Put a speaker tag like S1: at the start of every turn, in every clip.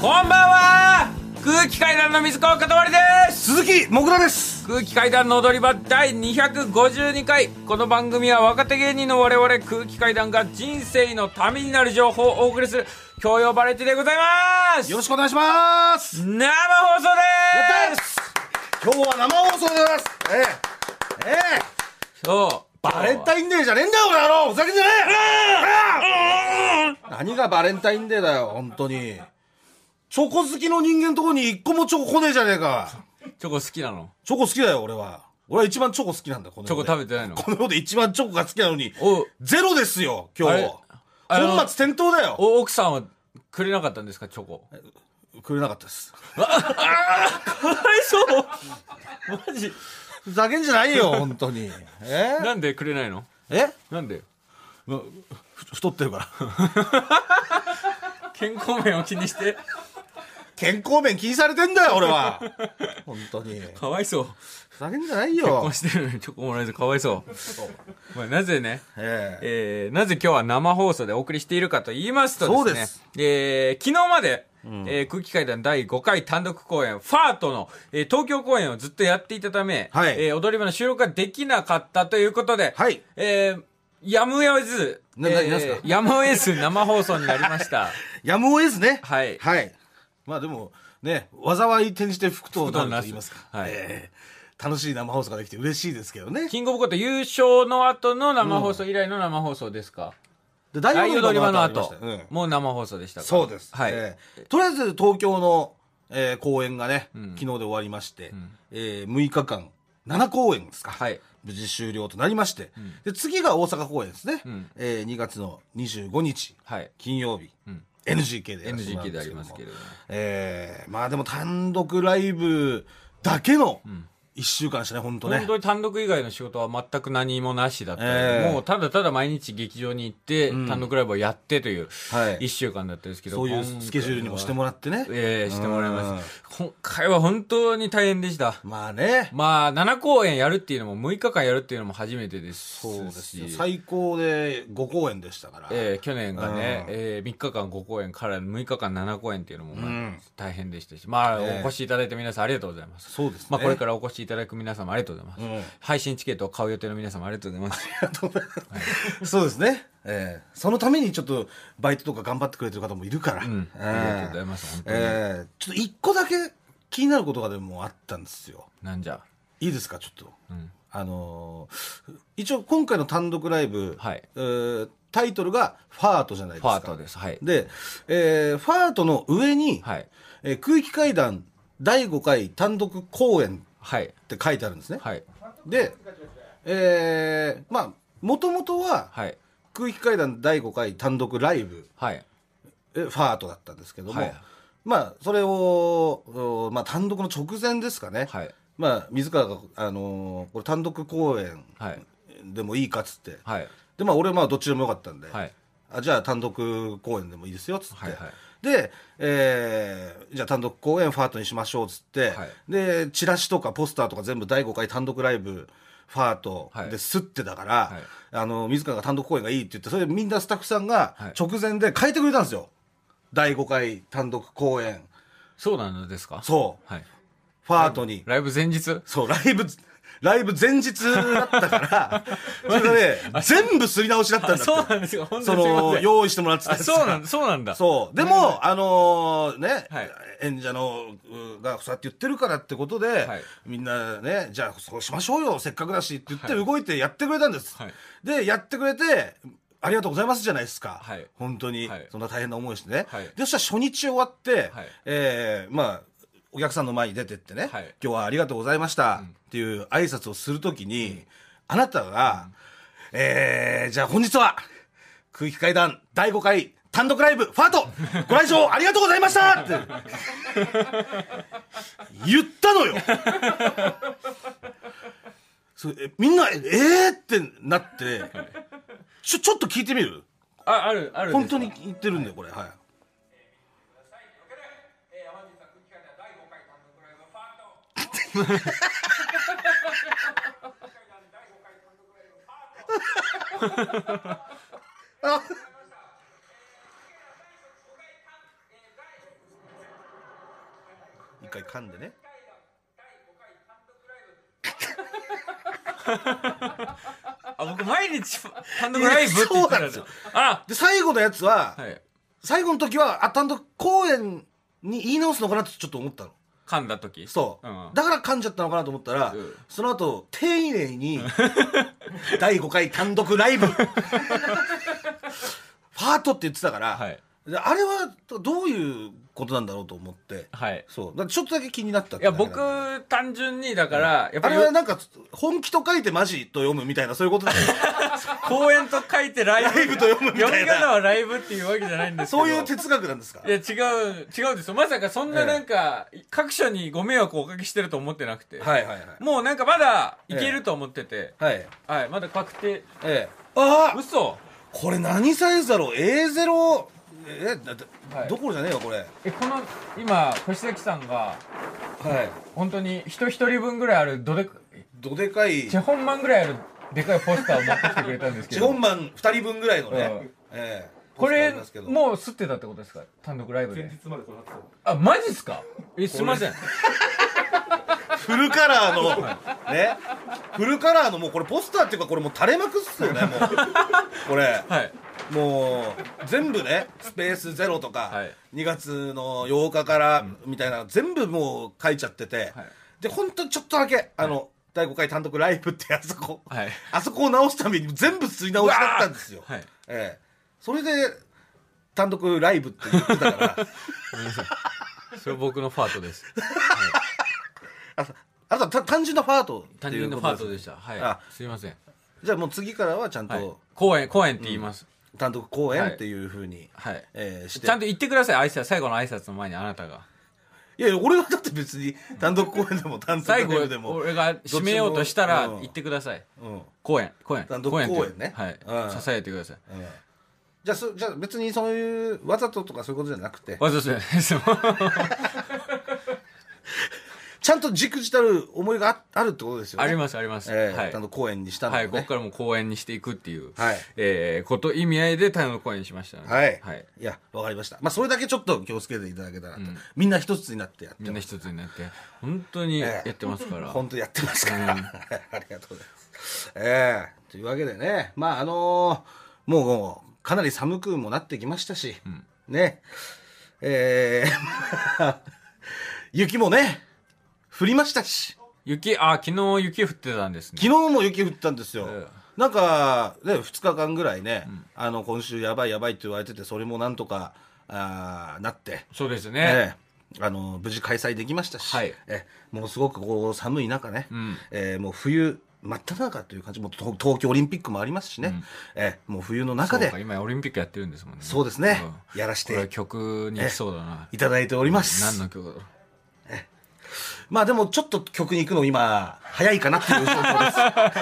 S1: こんばんは空気階段の水川かたまりです
S2: 鈴木もぐらです
S1: 空気階段の踊り場第252回この番組は若手芸人の我々空気階段が人生のためになる情報をお送りする教養バラエティでございます
S2: よろしくお願いします
S1: 生放送です
S2: 今日は生放送でございますええええ
S1: そう
S2: バレンタインデーじゃねえんだよこの野郎ふざけんじゃねえ何がバレンタインデーだよ本当にチョコ好きの人間のところに一個もチョコ来ねえじゃねえか
S1: チョコ好きなの
S2: チョコ好きだよ俺は俺は一番チョコ好きなんだこの
S1: チョ
S2: 世
S1: コ
S2: で
S1: 食べてないの
S2: この世で一番チョコが好きなのに
S1: おう
S2: ゼロですよ今
S1: あ
S2: 日
S1: れあの
S2: 本末転倒だよ
S1: お奥さんはくれなかったんですかチョコえ
S2: くれなかったです
S1: そうマジ
S2: ふざけんじゃないよ本当にええ
S1: なんでくれないの
S2: え
S1: なんで
S2: ふ太ってるから
S1: 健康面を気にして
S2: 健康面気にされてんだよ、俺は。 本当に。ふ
S1: かわいそう
S2: ざけんじゃない
S1: 結
S2: よ
S1: 婚。してるのにチョコもらえずかわいそう。まあ、なぜね、
S2: ええ
S1: えーなぜ今日は生放送でお送りしているかと言いますとですね、
S2: そうです
S1: えー昨日まで、えー空気階段第5回単独公演、ファートの、えー東京公演をずっとやっていたため、
S2: はい
S1: えー踊り場の収録ができなかったということで、
S2: はい
S1: えーやむを得ず、
S2: なななんすか
S1: やむを得ず生放送になりました。
S2: やむを得ずね。
S1: はい
S2: はい。まあでも、ね、災い転じて福となると言いますか
S1: 福。となすはい
S2: ええ楽しい生放送ができて嬉しいですけどね。
S1: キングオブコント優勝の後の生放送以来の生放送ですか、
S2: で、
S1: 大
S2: 大
S1: 踊り場の
S2: ありまし
S1: 後
S2: た、ようん
S1: もう生放送でしたから
S2: そうです。
S1: はい。
S2: ええとりあえず東京の、ええ公演がね、昨日で終わりまして、ええ6日間、7公演ですか。
S1: はい
S2: 無事終了となりまして、で、次が大阪公演ですね。ええ2月の25日。
S1: はい。
S2: 金曜日、NGK でやらせても
S1: NGK
S2: らうん
S1: であ
S2: す
S1: り
S2: けども
S1: ますけれども。
S2: えーまあでも単独ライブだけの1週間でしたね本当ね
S1: 本当に単独以外の仕事は全く何もなしだったので、
S2: ええ
S1: もうただただ毎日劇場に行って、単独ライブをやってという
S2: はい
S1: 1週間だったんですけど、
S2: そういうスケジュールにもしてもらってね、
S1: ええしてもらいました今回は本当に大変でした
S2: まあね
S1: まあ7公演やるっていうのも6日間やるっていうのも初めてですし
S2: そうですよ最高で5公演でしたから、
S1: ええ去年がね、
S2: うん
S1: ええ3日間5公演から6日間7公演っていうのも、まあ大変でしたし、まあ、
S2: ええ
S1: お越しいただいた皆さんありがとうございます。
S2: そうですね
S1: まあ、これからお越しいただく皆さんもありがとうございます。
S2: うん
S1: 配信チケットを買う予定の皆さんもありがとうございます。
S2: そうですね、えーそのためにちょっとバイトとか頑張ってくれてる方もいるから、
S1: うん
S2: えー
S1: ありがとうございます本当に
S2: えーちょっと1個だけ気になることがでもあったんですよ
S1: なんじゃ。
S2: いいですかちょっと、あのー一応今回の単独ライブ、
S1: はい
S2: えータイトルが「ファート」じゃないです
S1: ファ
S2: か
S1: ートです。はい。
S2: で、えーファートの上に、
S1: はい。
S2: えー空気階段第5回単独公演
S1: はい。
S2: って書いてあるんですね、
S1: はい。
S2: でえーまあもともとは
S1: はい。
S2: 空気階段第5回単独ライブ
S1: はい。
S2: えファートだったんですけども、
S1: はい
S2: まあそれを、おまあ、単独の直前ですかね、
S1: はい。
S2: まあ、水川が、あのーこれ単独公演
S1: はい。
S2: でもいいかっつって、
S1: はい。
S2: でまあ、俺はまあどっちでもよかったんで、
S1: はい
S2: あじゃあ単独公演でもいいですよっつって、
S1: はいはい
S2: で、えーじゃあ単独公演ファートにしましょうっつって、
S1: はい
S2: でチラシとかポスターとか全部第5回単独ライブファート
S1: はい
S2: ですってだから、
S1: はい
S2: あの水川が単独公演がいいって言ってそれでみんなスタッフさんが
S1: はい
S2: 直前で変えてくれたんですよ、第5回単独公演
S1: そうなんですか
S2: そう
S1: はい。
S2: ファートに
S1: ライブ前日
S2: そう、ライブ、ライブ前日だっ たから、それで、全部すり直しだったんだって。
S1: そうなんですよ。本当
S2: そ
S1: にすいま
S2: の、
S1: せん。
S2: 用意してもらってた
S1: あ
S2: やつが
S1: そうなんだ。そうなんだ。
S2: そう。でも、あのーね、
S1: はい
S2: 演者の、うがそうやって言ってるからってことで、
S1: はい
S2: みんなね、じゃあそうしましょうよ、せっかくだしって言って動いてやってくれたんです。
S1: はい
S2: で、やってくれて、ありがとうございますじゃないですか。
S1: はい
S2: 本当に、
S1: はい
S2: そんな大変な思いしてね。
S1: はい
S2: で、そしたら初日終わって、
S1: はい
S2: えーまあ、お客さんの前に出てってね、
S1: はい
S2: 今日はありがとうございましたっていう挨拶をするときに、あなたが、えーじゃあ本日は、空気階段第5回単独ライブ、ファートご来場ありがとうございましたって言ったのよそうえみんな、ええー、ってなって、ちょ、ちょっと聞いてみる
S1: あ、ある、ある。
S2: 本当に。言ってるんだよ、これ。はい。一回噛んでね。
S1: あ、僕、毎日、単独ライブって言ってた
S2: いやそうなんですよ
S1: あ、
S2: で、最後のやつは、
S1: はい。
S2: 最後の時は、あ、単独公演に言い直すのかなってちょっと思ったの。
S1: 噛んだ時。
S2: そう、
S1: うん
S2: だから噛んじゃったのかなと思ったら、
S1: うん
S2: その後丁寧に第5回単独ラ イブファートって言ってたから、
S1: はい
S2: であれはどういうことなんだろうと思って
S1: はい。
S2: そうだからちょっとだけ気になったって
S1: いや、
S2: だけ
S1: 僕
S2: なんだ、
S1: 単純に、だから、やっぱ
S2: あ
S1: り
S2: れ、はなんか本気と書いてマジと読むみたいなそういうこと だよね
S1: 公演と書いてライブ。
S2: ライブと読むみたいな
S1: 読み方はライブっていうわけじゃないんですけど。
S2: そういう哲学なんですか
S1: いや、違う、違うんですよ。まさかそんななんか、各所にご迷惑をおかけしてると思ってなくて。
S2: はいはいはい
S1: もうなんかまだ、いけると思ってて。
S2: はい
S1: はい、まだ確定。
S2: ええああ
S1: 嘘
S2: これ何サイズだろう A0 えだだ
S1: はい
S2: どころじゃねえよこれは
S1: え、この、今、越崎さんが、
S2: い
S1: 本当に人一人分ぐらいある、どれ、
S2: どでかい
S1: チェホンマンぐらいある、でかいポスターを持ってきてくれたんですけ
S2: チ
S1: ど。
S2: ョンマン2人分ぐらいのね、
S1: うん
S2: ええ
S1: これ
S2: ポスターありますけど
S1: もう吸ってたってことですか単独ライブで
S3: 前日までそれなってたの
S1: あマジっすかえすいません
S2: フルカラーのねフルカラーのもうこれポスターっていうかこれもう垂れ幕っすよねもうこれ
S1: はい
S2: もう全部ねスペースゼロとか、
S1: はい
S2: 2月の8日からみたいな、全部もう書いちゃってて、
S1: はい
S2: で本当にちょっとだけあの、第5回単独ライブってあそこ、
S1: はい
S2: あそこを直すために全部吸い直しだったんですよ、
S1: はい
S2: ええそれで単独ライブって言ってたから
S1: それ僕のファート です
S2: ああとはた単純なファートって
S1: 単
S2: い
S1: 純
S2: う
S1: のフ
S2: こ
S1: ァ
S2: と
S1: ートでした
S2: あ
S1: はいすいません
S2: じゃあもう次からはちゃん
S1: はい
S2: と
S1: 公演公演って言います
S2: 単独公演っていうふうに、
S1: はい
S2: えーして
S1: ちゃんと言ってください挨拶最後の挨拶の前にあなたが
S2: いやいや俺はだって別に単独公演でも単独ラ
S1: 最
S2: イ
S1: 後
S2: ブでも、
S1: 俺が締めようとしたら
S2: どっちもうん
S1: 言ってください
S2: うん
S1: 公演公演
S2: 単独
S1: って
S2: 公演ね
S1: はい
S2: うん
S1: 支えてください
S2: じゃあそじゃあ別にそういうわざととかそういうことじゃなくて
S1: わざわざです よ
S2: ちゃんと軸じたる思いがああるってことですよね
S1: ありますあります
S2: ええ
S1: はい
S2: 単独公演にしたの
S1: は
S2: で、
S1: い、
S2: ね
S1: ここからもう公演にしていくっていう、
S2: はい
S1: えーこと、意味合いで単独公演にしましたので、
S2: はい、
S1: はい。
S2: いやわかりましたまあそれだけちょっと気をつけていただけたらと、みんな一つになってやって
S1: みんな一つになって、本当にやってますから。
S2: 本当やってますから、 ありがとうございます。ええというわけでね、まああのーもうかなり寒くもなってきましたし、ね、え ー雪もね、降りましたし、
S1: 雪、あ、昨日雪降ってたんですね。
S2: 昨日も雪降ったんですよ。
S1: え
S2: なんか、ね、2日間ぐらいね、あの今週やばいやばいって言われてて、それもなんとかあーなって、
S1: そうですね。
S2: ええあの無事開催できましたし、
S1: はい
S2: ええもうすごくこう寒い中ね、
S1: ん
S2: ええもう冬真っ只中という感じもう東東京オリンピックもありますしね、ええもう冬の中
S1: そう
S2: で
S1: か今オリンピックやってるんですもんね。
S2: そうですねやらし
S1: これは
S2: て
S1: 曲に行きそうだな。
S2: いただいております、
S1: 何の曲だろ
S2: まあでもちょっと曲に行くの今早いかなっていう状況です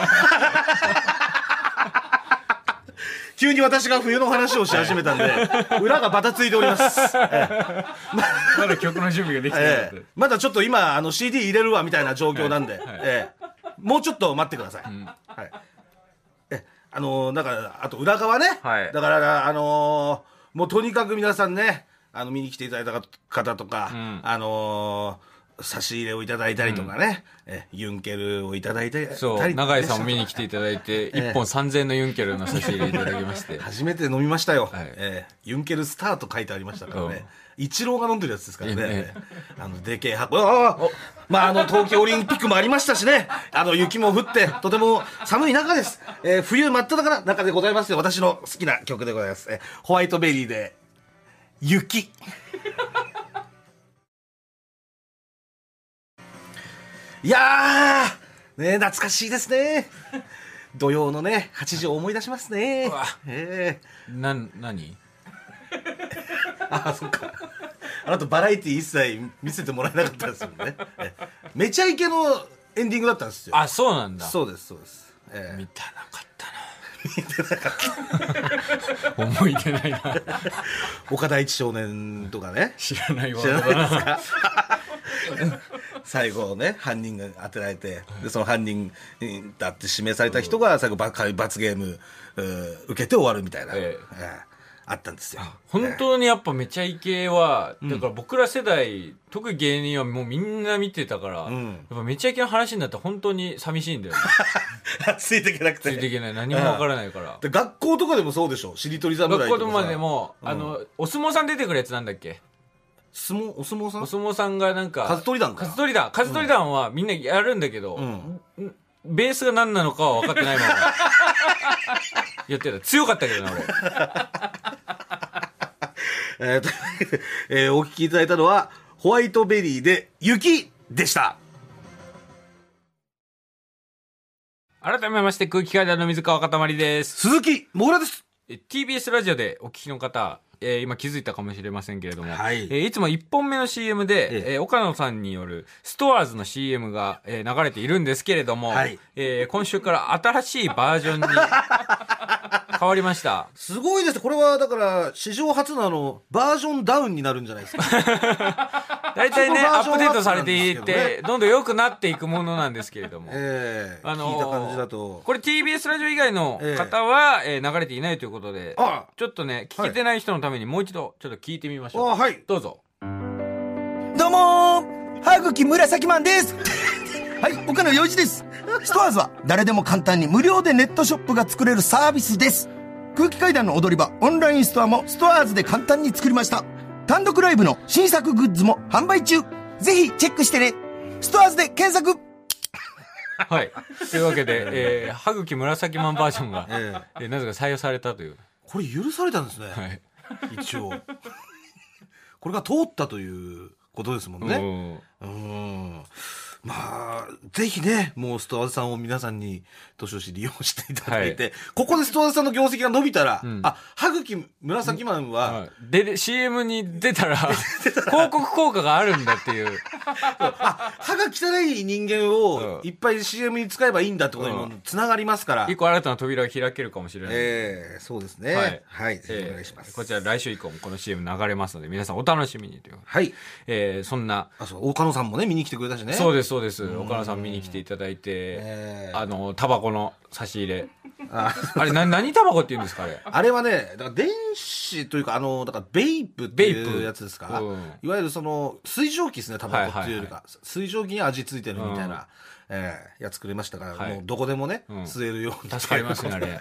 S2: 急に私が冬の話をし始めたんで、裏がバタついております。
S1: う。まだ曲の準備ができてなかっ
S2: ええ、まだちょっと今あの CD 入れるわみたいな状況なんで、ええ、もうちょっと待ってください、はい、えあのーだからあと裏側ね、
S1: はい
S2: だからあのーもうとにかく皆さんねあの見に来ていただいた方とか、あのー差し入れをいただいたりとかね、えユンケルをいただいたり
S1: た。そ
S2: た
S1: う、
S2: り
S1: 永井さんも見に来ていただいて、1本3000のユンケルの差し入れいただきま して。
S2: 初めて飲みましたよ、
S1: はい
S2: ええユンケルスターと書いてありましたからね、イチローが飲んでるやつですからね、
S1: え
S2: あのでけえ箱、ああまあ、あの東京オリンピックもありましたしね、あの雪も降って、とても寒い中です、えー冬真っ只中中でございますよ、私の好きな曲でございます、えーホワイトベリーで、雪。いやー、ねえ、懐かしいですね。土曜のね、8時を思い出しますね
S1: わ。
S2: ええ
S1: なん、何
S2: あそっかあなたバラエティ一切見せてもらえなかったですもんねえめちゃイケのエンディングだったんですよ
S1: あそうなんだ
S2: そうですそうです、ええ
S1: 見たなかったな見てなかった 思い出ないな
S2: 岡田一少年とかね
S1: 知らないわ
S2: 知らないですか 最後ね犯人が当てられてでその犯人だって指名された人が最後ば罰ゲームうー受けて終わるみたいな、
S1: え
S2: ええあったんですよ
S1: 本当にやっぱめちゃイケは、だから僕ら世代、特に芸人はもうみんな見てたから、
S2: ん
S1: やっぱめちゃイケの話になったら本当に寂しいんだよね。
S2: ついていけなく
S1: ついてい
S2: て
S1: けない。何もわからない から。
S2: で学校とかでもそうでしょしりとり侍
S1: 学
S2: と
S1: 校
S2: かさ
S1: とまでも、あの、お相撲さん出てくるやつなんだっけ
S2: 相撲お相撲さ
S1: お
S2: ん
S1: 相撲さんがなんか、
S2: カズトリ団か
S1: カズトリ団。カズトリ団はみんなやるんだけど、
S2: ん
S1: んベースが何なのかは分かって ないまま。やってた。強かったけどな、俺。
S2: えーというわ けでえーお聞きいただいたのはホワイトベリーで雪でした
S1: 改めまして、空気階段の水川かたまりです。
S2: 鈴木もぐらです
S1: え TBS ラジオでお聞きの方、えー今気づいたかもしれませんけれども、
S2: はい
S1: えーいつも1本目の CM で、
S2: え
S1: えー岡野さんによるストアーズの CM が、えー流れているんですけれども、
S2: はい
S1: えー今週から新しいバージョンに 変わりました。
S2: すごいですねこれはだから史上初のあのバージョンダウンになるんじゃないです か
S1: 大体ね、
S2: その
S1: ア
S2: バー
S1: ッ
S2: ジョン
S1: プデートされてい
S2: はあったん
S1: っ
S2: ですけ
S1: て、どんどん良くなっていくものなんですけれども。
S2: ええ
S1: あのー
S2: 聞いた感じだと。
S1: これ TBS ラジオ以外の方は、えー流れていないということで
S2: あ
S1: ちょっとね聞けてない人のためにもう一度ちょっと聞いてみましょう、
S2: あはい
S1: どうぞ
S3: どうもー歯茎紫マンですはい、岡野洋一 です。ストアーズは誰でも簡単に無料でネットショップが作れるサービスです。空気階段の踊り場、オンラインストアもストアーズで簡単に作りました。単独ライブの新作グッズも販売中。ぜひチェックしてね。ストアーズで検索
S1: はい。というわけで、えー、歯茎紫マンバージョンが、え
S2: ええ
S1: ーなぜか採用されたという。
S2: これ許されたんですね、
S1: はい。
S2: 一応。これが通ったということですもんね。
S1: ね、
S2: うん。まあ、ぜひね、もうストアーズさんを皆さんに、年々利用していただいて、ここでストアーズさんの業績が伸びたら、あ、歯茎紫マンは、
S1: はい。で、で CM に出たら、広告効果があるんだっていう。
S2: 歯が汚い人間を
S1: うん
S2: いっぱい CM に使えばいいんだってことにもつながりますから。
S1: 一個新たな扉が開けるかもしれない。
S2: ええそうですね。
S1: は
S2: はいい。ぜひお願いしま
S1: えー
S2: す。
S1: こちら来週以降もこの CM 流れますので、皆さんお楽しみにという。
S2: はい。
S1: えー、そんな、
S2: あ、そう、岡野さんもね、見に来てくれたしね。
S1: そうです、そうです。岡野さん見に来ていただいて、
S2: ええ
S1: あの、タバコの差し入れ。
S2: あ
S1: あれ、な、何タバコって言うんですか、あれ。
S2: あれはね、だから電子というか、あの、だからベイプって
S1: ベイ
S2: い
S1: プ
S2: うやつですか
S1: うん。
S2: いわゆるその、水蒸気ですね、タバコっていうよりか。
S1: は
S2: 水蒸気に味付いてるみたいな、ええやつくれましたから、
S1: はい
S2: もうどこでもね、
S1: うん
S2: 吸えるように。
S1: 助かりますね、あれ。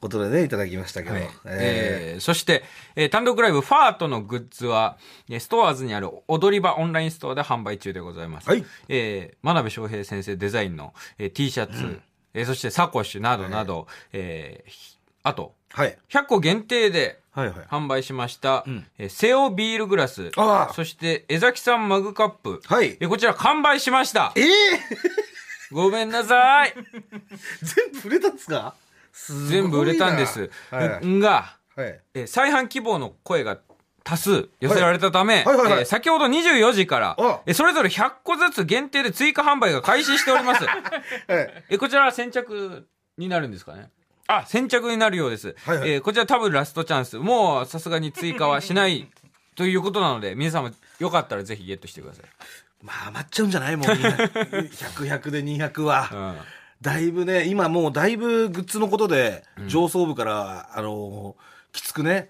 S2: ことでね、いただきましたけど。
S1: はい
S2: え
S1: えーそして、えー単独ライブファートのグッズは、えーストアーズにある踊り場オンラインストアで販売中でございます。
S2: はい
S1: えー真鍋翔平先生デザインの、えー T シャツ、えーそしてサコッシュなどなど、えーひあと、
S2: えはい。
S1: 100個限定で
S2: はいはい。
S1: 販売しました、えーセオビールグラス
S2: あ、あ
S1: そして江崎さんマグカップ、
S2: はい
S1: えーこちら完売しました
S2: ええ
S1: ごめんなさい
S2: 全部売れたんですかすごいな
S1: 全部売れたんです。
S2: はい。
S1: んが、
S2: はい
S1: えー再販希望の声が多数寄せられたため、
S2: はいはいはいはい
S1: えー先ほど24時から
S2: あ、
S1: えーそれぞれ100個ずつ限定で追加販売が開始しております。
S2: はい。
S1: えーこちらは先着になるんですかねあ、先着になるようです。
S2: はいはい
S1: えーこちら多分ラストチャンス。もうさすがに追加はしないということなので、皆さんもよかったらぜひゲットしてください。
S2: まあ、余っちゃうんじゃないもう みんな。100、100で200は。
S1: うん
S2: だいぶね、今もうだいぶグッズのことで、上層部から、あの、きつくね、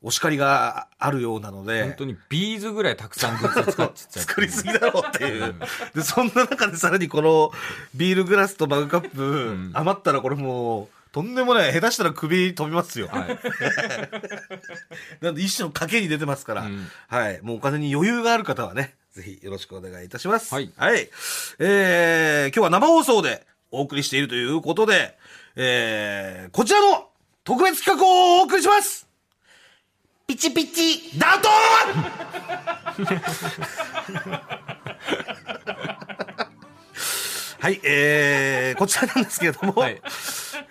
S2: お叱りがあるようなの
S1: 本
S2: で
S1: 当、にビーズぐらいたくさんグッズ使っちゃっ
S2: 作りすぎだろうっていう。で、そんな中でさらにこのビールグラスとマグカップ、余ったらこれもう、とんでもない、下手したら首飛びますよ。
S1: た。はい、
S2: なんで一種の賭けに出てますから、
S1: ん
S2: はい。もうお金に余裕がある方はね、ぜひよろしくお願いいたします。
S1: はい
S2: えー、今日は生放送でお送りしているということで、えー、こちらの特別企画をお送りしますピチピチダート はい、えー、こちらなんですけれども、
S1: はい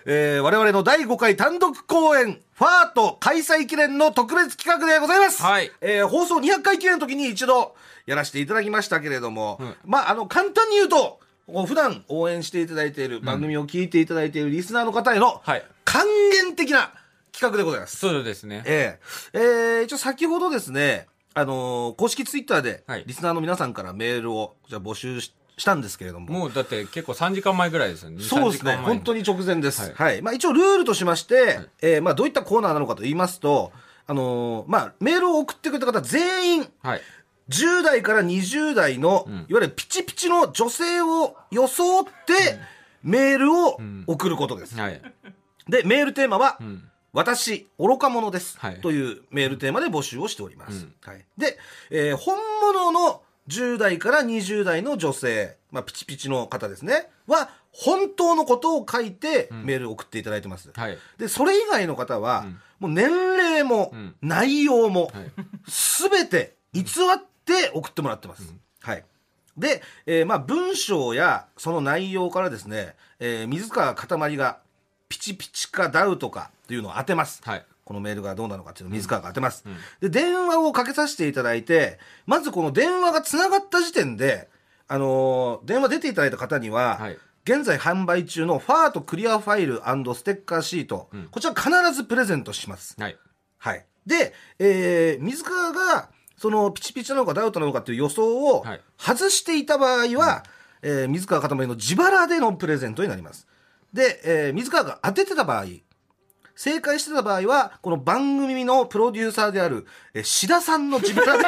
S2: えー我々の第5回単独公演、ファート開催記念の特別企画でございます。
S1: はい
S2: えー放送200回記念の時に一度やらせていただきましたけれども、まあ、あの、簡単に言うと、こう普段応援していただいている、番組を聞いていただいているリスナーの方への
S1: はい、
S2: 還元的な企画でございます。
S1: そうですね。
S2: えええー一応先ほどですね、あのー公式ツイッターで
S1: はい、
S2: リスナーの皆さんからメールを、じゃあ募集ししたんですけれども。
S1: もうだって結構3時間前ぐらいですよね。2
S2: そうですね。本当
S1: に。
S2: に直前です。
S1: は
S2: はいい。まあ一応ルールとしまして、えーまあどういったコーナーなのかと言いますと、あのーまあメールを送ってくれた方全員、
S1: はい。
S2: 10代から20代の、いわゆるピチピチの女性を装って、メールを送ることです。
S1: はい。
S2: で、メールテーマは、
S1: ん
S2: 私、愚か者です、
S1: はい
S2: というメールテーマで募集をしております。はい、で、えー本物の10代から20代の女性、まあ、ピチピチの方ですね、は、本当のことを書いてメールを送っていただいてます。
S1: はい
S2: で、それ以外の方は、もう年齢も、内容も、
S1: はい
S2: すべて偽って送ってもらってます。はい。で、えーまあ文章やその内容からですね、えー水川かたまりがピチピチかダウトかというのを当てます。
S1: はい
S2: このメールがどうなのかっていうのを水川が当てます。で、電話をかけさせていただいて、まずこの電話がつながった時点で、あのー電話出ていただいた方には、
S1: はい
S2: 現在販売中のファートクリアファイルステッカーシート、こちら必ずプレゼントします。
S1: はい。
S2: はい。で、えー水川が、その、ピチピチなのかダウトなのかっていう予想を
S1: はい
S2: 外していた場合は、えー水川かたまりの自腹でのプレゼントになります。で、えー水川が当ててた場合、正解してた場合は、この番組のプロデューサーである、えー、志田さんの自腹 で、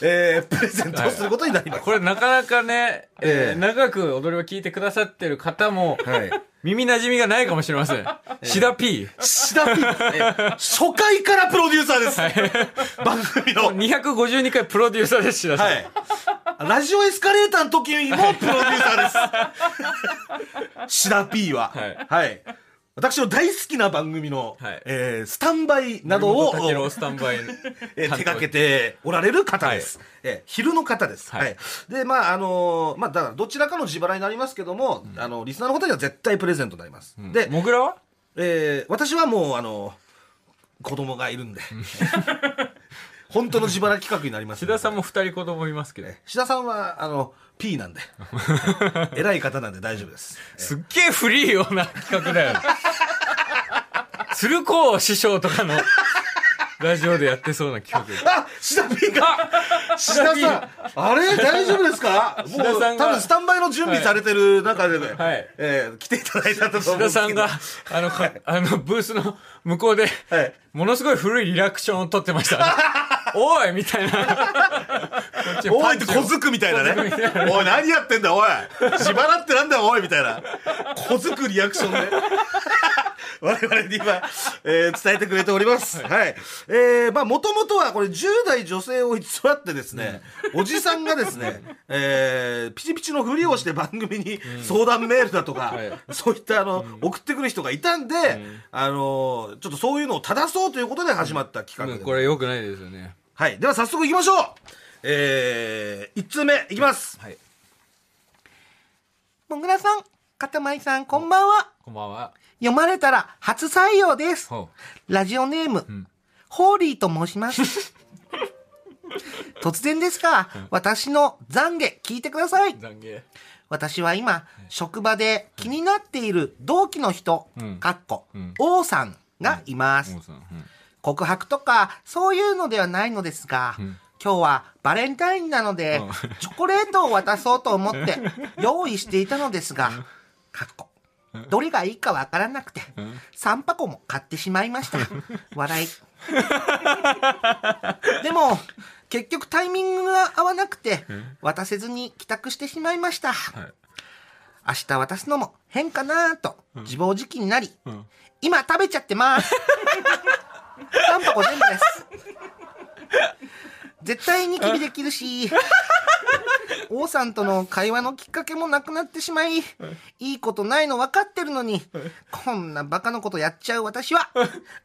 S2: えープレゼントをすることになります。
S1: これなかなかね、えー
S2: ええ
S1: 長く踊りを聞いてくださってる方も、
S2: はい。
S1: 耳馴染みがないかもしれません。シダ P。
S2: 志田 P、えー初回からプロデューサーです。番組の。
S1: 252回プロデューサーです、シダさん。
S2: はい。ラジオエスカレーターの時もプロデューサーです。シダ P は、
S1: は
S2: はいい。私の大好きな番組の、
S1: はい
S2: えースタンバイなど
S1: 森
S2: を、
S1: 本武郎スタンバイ。
S2: えー手掛けておられる方です。えー昼の方です。
S1: は
S2: はいい。で、まあ、あのーまあ、だからどちらかの自腹になりますけども、あの、リスナーの方には絶対プレゼントになります。で、
S1: モグラは
S2: えー私はもう、あの子供がいる んで、本当の自腹企画になります
S1: シ
S2: んで。
S1: ダさんも二人子供いますけど。
S2: 志田さんは、あの、P なんで。偉い方なんで大丈夫です。
S1: すっげえフリーような企画だよ。鶴光師匠とかのラジオでやってそうな企画。
S2: あ志田 P が志田
S1: 志田
S2: さんあれ大丈夫ですかも
S1: 田
S2: う
S1: さんが
S2: 多分スタンバイの準備されてる中でね、
S1: はい
S2: えー来ていただいたと
S1: 志田
S2: 思うんですけど
S1: さんが、あの、か あの、ブースの向こうで、
S2: はい
S1: ものすごい古いリアクションを取ってま した。おいみたいな。こっち
S2: お
S1: パ
S2: いっ
S1: ン
S2: て
S1: チ
S2: 小
S1: を
S2: づくみたいなね。おい、何やってんだ、おい。自腹ってなんだよ、おい、みたいな。小づくリアクションで。 我々に今、えー伝えてくれております。はい。えー、まあ、もともとはこれ10代女性を偽ってですね、おじさんがですね、えー、ピチピチのふりをして番組に相談メールだとか
S1: はい、
S2: そういったあの、送ってくる人がいたんで、あのーちょっとそういうのを正そうということで始まった企画で
S1: これ良くないですよね。
S2: はい。では早速行きましょうえー、1通目いきます。
S1: はい。
S4: もぐらさん、かたまりさん、こんばんは。
S1: こんばんは。
S4: 読まれたら初採用です。
S1: ほ。。
S4: ラジオネーム、ホーリーと申します。突然ですが、私の懺悔聞いてくださいう
S1: 懺悔。
S4: 私は今、職場で気になっている同期の人
S1: ん、
S4: かっこ
S1: うん、
S4: 王さんがいます
S1: も。うさん。
S4: 告白とかそういうのではないのですが、今日はバレンタインなので、
S1: うん
S4: チョコレートを渡そうと思って用意していたのですが、かっこ、どれがいいかわからなくて、3箱も買ってしまいました。笑い。でも、結局タイミングが合わなくて、渡せずに帰宅してしまいました。
S1: い
S4: 明日渡すのも変かなぁと、自暴自棄になり、
S1: ん
S4: 今食べちゃってます。3箱全部です。絶対に切りできるし、王さんとの会話のきっかけもなくなってしまい、いいことないの分かってるのに、こんなバカなことやっちゃう私は、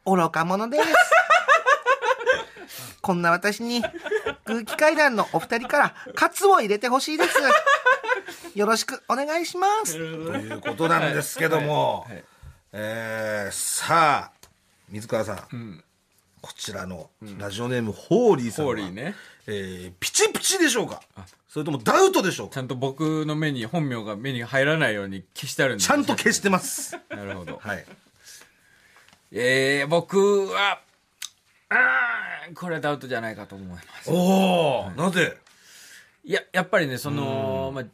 S4: 愚か者です。こんな私に、空気階段のお二人から、カツを入れてほしいです。よろしくお願いします。
S2: ということなんですけども、えー、さあ水川さん、こちらのラジオネーム、ホーリーさん
S1: ホ
S2: は
S1: ーリーね。
S2: えーピチピチでしょうかそれともダウトでしょう
S1: ち
S2: か
S1: ゃんと僕の目に、本名が目に入らないように消してあるんで
S2: ちゃんと消してます。
S1: なるほど。
S2: はい。
S1: えー、僕は、あーこれはダウトじゃないかと思います。
S2: おお、なぜ
S1: いや、やっぱりね、その、まあ、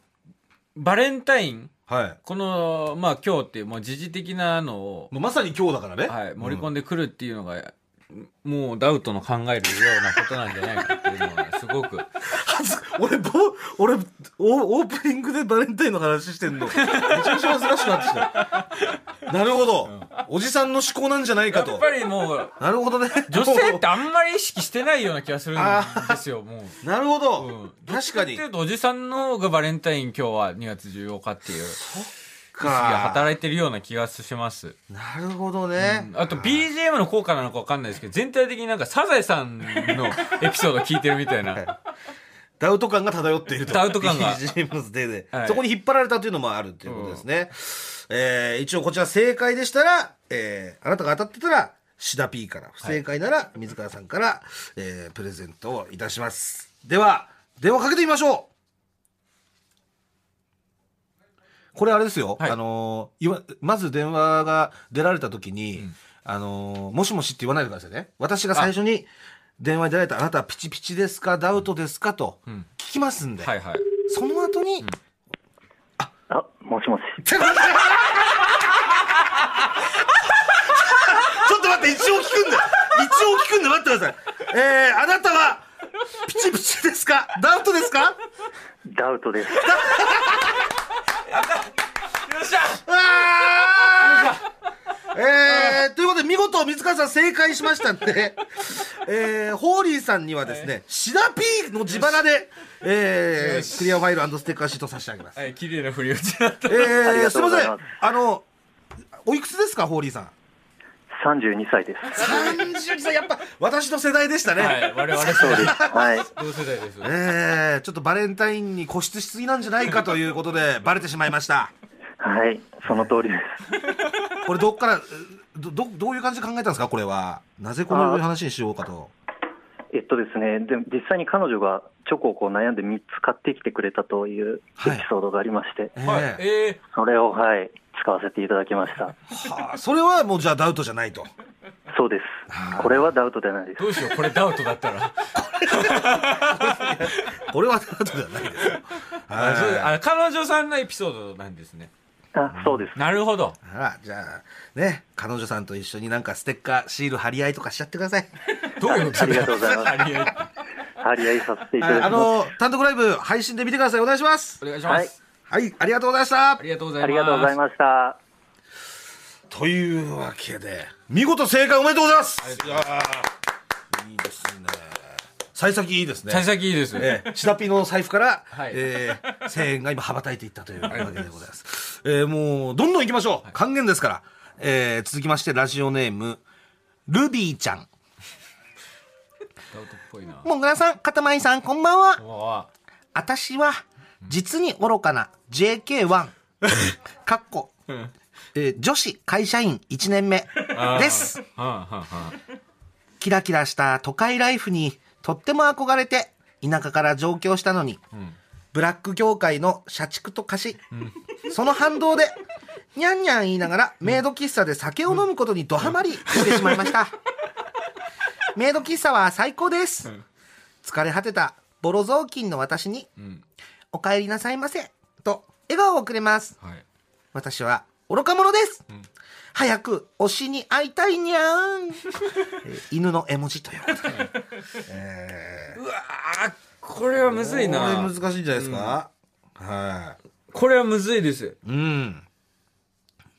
S1: バレンタイン、
S2: はい。
S1: この、まあ今日っていう、もう時事的なのを、
S2: まさに今日だからね。
S1: はい、盛り込んでくるっていうのが、もうダウトの考えるようなことなんじゃないかっていうのは、すごく。
S2: 恥ず俺、ぼ、俺、おオープニングでバレンタインの話してんの。めちゃくちゃ恥ずかしくなってきた。なるほど。おじさんの思考なんじゃない
S1: や
S2: かと
S1: っ。ぱりもう、
S2: なるほどね。
S1: 女性ってあんまり意識してないような気がするんですよ、もう。
S2: なるほど。
S1: うん
S2: 確かに。
S1: っていうと、おじさんの方がバレンタイン今日は2月14日っていう、
S2: か
S1: 働いてるような気がします。
S2: なるほどね。
S1: あと BGM の効果なのか分かんないですけど、全体的になんかサザエさんのエピソード聞いてるみたいな。
S2: ダウト感が漂っていると。
S1: ダウト感 が
S2: BGM のせいで、
S1: はい
S2: そこに引っ張られたというのもあるということですね。えー一応こちら正解でしたら、えーあなたが当たってたら、シダ P から、不正解なら、水川さんから、えープレゼントをいたします。では、電話かけてみましょうこれあれですよ、
S1: はい
S2: あのーいわまず電話が出られた時に、あのーもしもしって言わないでくださいね。私が最初に電話に出られたあなたはピチピチですかダウトですかと聞きますんで、
S1: はいはい。
S2: その後に、
S5: あ、もしもし。
S2: ちょっと待って、一応聞くんだ。一応聞くんだ、待ってください。えー、あなたは、ピチピチですかダウトですか
S5: ダウトです。
S2: あーえー、ということで、見事、水川さん正解しましたんで、えー、ホーリーさんにはですね、シダピーの自腹で、えー、クリアファイルステッカーシート差し上げます。
S1: はい、綺麗な振り打ちだった。
S2: え
S5: り
S2: ー、
S5: が
S2: す
S5: と
S2: いうま
S5: ござ
S2: せ
S5: い
S2: ん
S5: ます。
S2: あの、おいくつですか、ホーリーさん。
S5: 32歳です。
S2: 32歳やっぱ私の世代でしたね、
S1: はい、我々
S5: そう
S1: 世
S5: です。
S1: 代、
S5: はい。
S1: 同世代です。
S2: えーちょっとバレンタインに固執しすぎなんじゃないかということでバレてしまいました
S5: はい。その通りです。
S2: これどっからどどどういう感じで考えたんですかこれはなぜこの話にしようかと
S5: えっとですね、で実際に彼女がチョコをこう悩んで3つ買ってきてくれたというエ
S2: はい
S5: ピソードがありまして、
S1: はい
S2: え、え
S1: え
S5: それを、はい、使わせていただきました。
S2: はあそれはもうじゃあダウトじゃないと
S5: そうです。これはダウトではないで
S1: ー、どうしよう、これダウトだったら。
S2: これはダウトじゃないですよ
S1: あそう
S2: はい
S1: あ彼女さんのエピソードなんですね。
S5: す。あ、そう です。
S1: なるほど。
S2: あらじゃあね彼女さんと一緒になんかステッカーシール貼り合いとかしちゃってください
S1: どういうこと
S5: ありがとうございます
S1: ありがとう
S5: 張り合いさせていただ
S2: あ
S5: きます。
S2: の単独ライブ配信で見てくださいお願いします
S1: お願いします。
S2: はいありがとうございました
S1: ありがとうございます。
S5: ありがとうございました。
S2: というわけで見事正解おめでとうございますいやーいいですね幸先いいですね
S1: 幸先いいです。
S2: ええ、シダピの財布から、
S1: はい
S2: えー1000円が今羽ばたいていったというわけでございます、えーもうどんどん行きましょう還元ですから、えー続きましてラジオネームルビーちゃん
S1: ダウトっぽいな。
S4: もぐらさん、かたまりさん、こんばんは。
S1: うわ
S4: 私は、実に愚かな JK1。かっこ、えー女子会社員1年目です。
S1: はんはんはん
S4: キラキラした都会ライフにとっても憧れて田舎から上京したのに、ブラック業界の社畜と化し、その反動で、にゃんにゃん言いながらメイド喫茶で酒を飲むことにドハマりしてしまいました。メイド喫茶は最高です。疲れ果てたボロ雑巾の私に、お帰りなさいませ、と笑顔をくれます。
S1: はい。
S4: 私は愚か者です、早く推しに会いたいにゃーんえー犬の絵文字ということで
S1: うわーこれはむずいな。
S2: これ難しいんじゃないですか、はい
S1: これはむずいです。
S2: うん、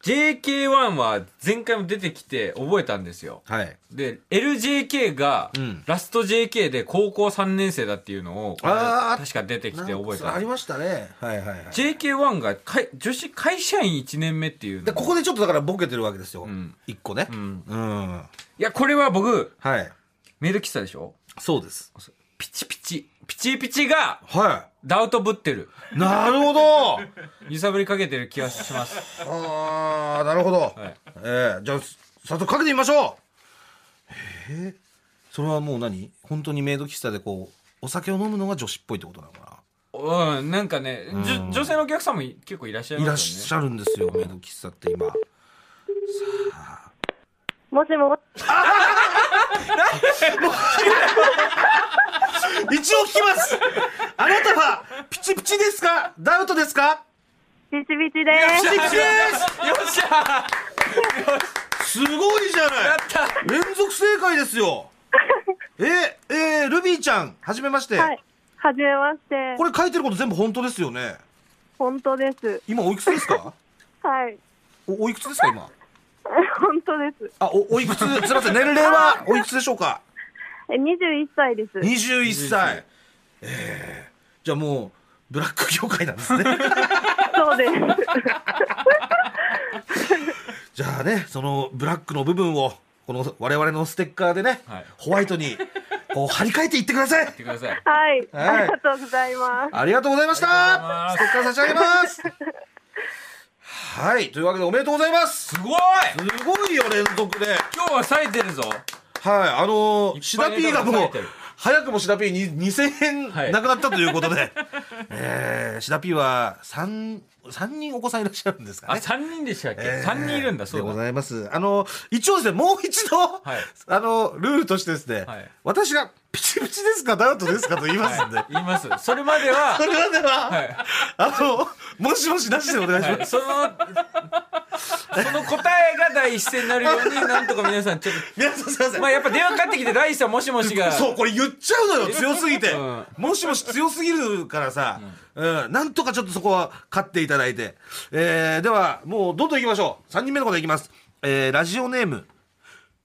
S1: JK1 は前回も出てきて覚えたんですよ。
S2: はい
S1: で、LJK が、
S2: ん
S1: ラスト JK で高校3年生だっていうのを、これ
S2: あー
S1: 確か出てきて覚え
S2: なんかあり
S1: た。
S2: ましたねはいはいはい
S1: JK1 がかい女子会社員1年目っていう
S2: で
S1: の。
S2: ここでちょっとだからボケてるわけですよ、
S1: ん
S2: 一個ね
S1: うん
S2: うん、
S1: いや、これは僕、
S2: はい
S1: メイド喫茶でしょ
S2: そうです
S1: ピチピチ。ピチピチが、
S2: は
S1: ダウトぶってる。
S2: い。なるほど。
S1: 揺さぶりかけてる気がします。
S2: ああ、なるほど。
S1: い
S2: えーじゃあ、早速かけてみましょう。それはもう何本当にメイド喫茶でこう、お酒を飲むのが女子っぽいってことなのか
S1: うん、なんかね、じょ女性のお客さんも結構いらっしゃい
S2: な。いら
S1: ま
S2: っ
S1: すよね。
S2: しゃるんですよ、メイド喫茶って今。
S6: もしもし、
S2: 一応聞きます あなたは、ピチピチですかダウトですか
S6: ビチビチです。
S2: ピチピチで
S1: よっしゃ
S2: すすごいじゃない
S1: やった
S2: 連続正解ですよえ、えールビーちゃん、はじめまして。
S6: はい。はじめまして。
S2: これ書いてること全部本当ですよね
S6: 本当です。
S2: 今おいくつですか
S6: はい。
S2: おおいくつですか今
S6: 本当です。
S2: あ、お、おいくつ、すみません、年齢はおいくつでしょうか
S6: え、21歳です。
S2: 21歳。ええじゃあもう、ブラック業界なんです ね。
S6: そうです。
S2: じゃあね、そのブラックの部分を、この我々のステッカーでね、
S1: はい
S2: ホワイトに、こう、張り替えていってください
S1: っ。てください。
S6: はい。
S2: はい
S6: ありがとうございます。
S2: ありがとうございました
S1: ありがとうございます
S2: ステッカー差し上げますはい、というわけでおめでとうございます
S1: すごい
S2: すごいよ、連続で。はい、
S1: 今日は冴えてるぞ。
S2: あの
S1: いっ
S2: ー、シ
S1: ぱ
S2: ダ
S1: い
S2: ピーがも
S1: ネタが冴え
S2: う
S1: てる、
S2: 早くもシダピーに2000
S1: はい
S2: 円なくなったということで、 えー、シダピーは3、三人お子さんいらっしゃるんですか
S1: あ、
S2: ね。
S1: 3人でしたっけ ?3 人いるんだ、そう
S2: でご
S1: だ。
S2: ざいます。あの、一応ですね、もう一度、
S1: はい
S2: あの、ルールとしてですね、
S1: はい
S2: 私がピチピチですか、ダウトですかと言いますんで、
S1: 言います。それまで は
S2: そ、れまでは、
S1: はい
S2: あの、もしもしなしでお願いします。
S1: はいその、その答えが第一声になるように、なんとか皆さん、ちょっ
S2: 皆さんすいませ
S1: と、
S2: ん。
S1: まあやっぱ電話かかってきて、第一声もしもしが、
S2: そう、これ言っちゃうのよ、強すぎて。
S1: うん
S2: もしもし強すぎるからさ、うん、なんとかちょっとそこは勝っていただいて。えー、では、もうどんどん行きましょう。3人目の方いきます。えー、ラジオネーム、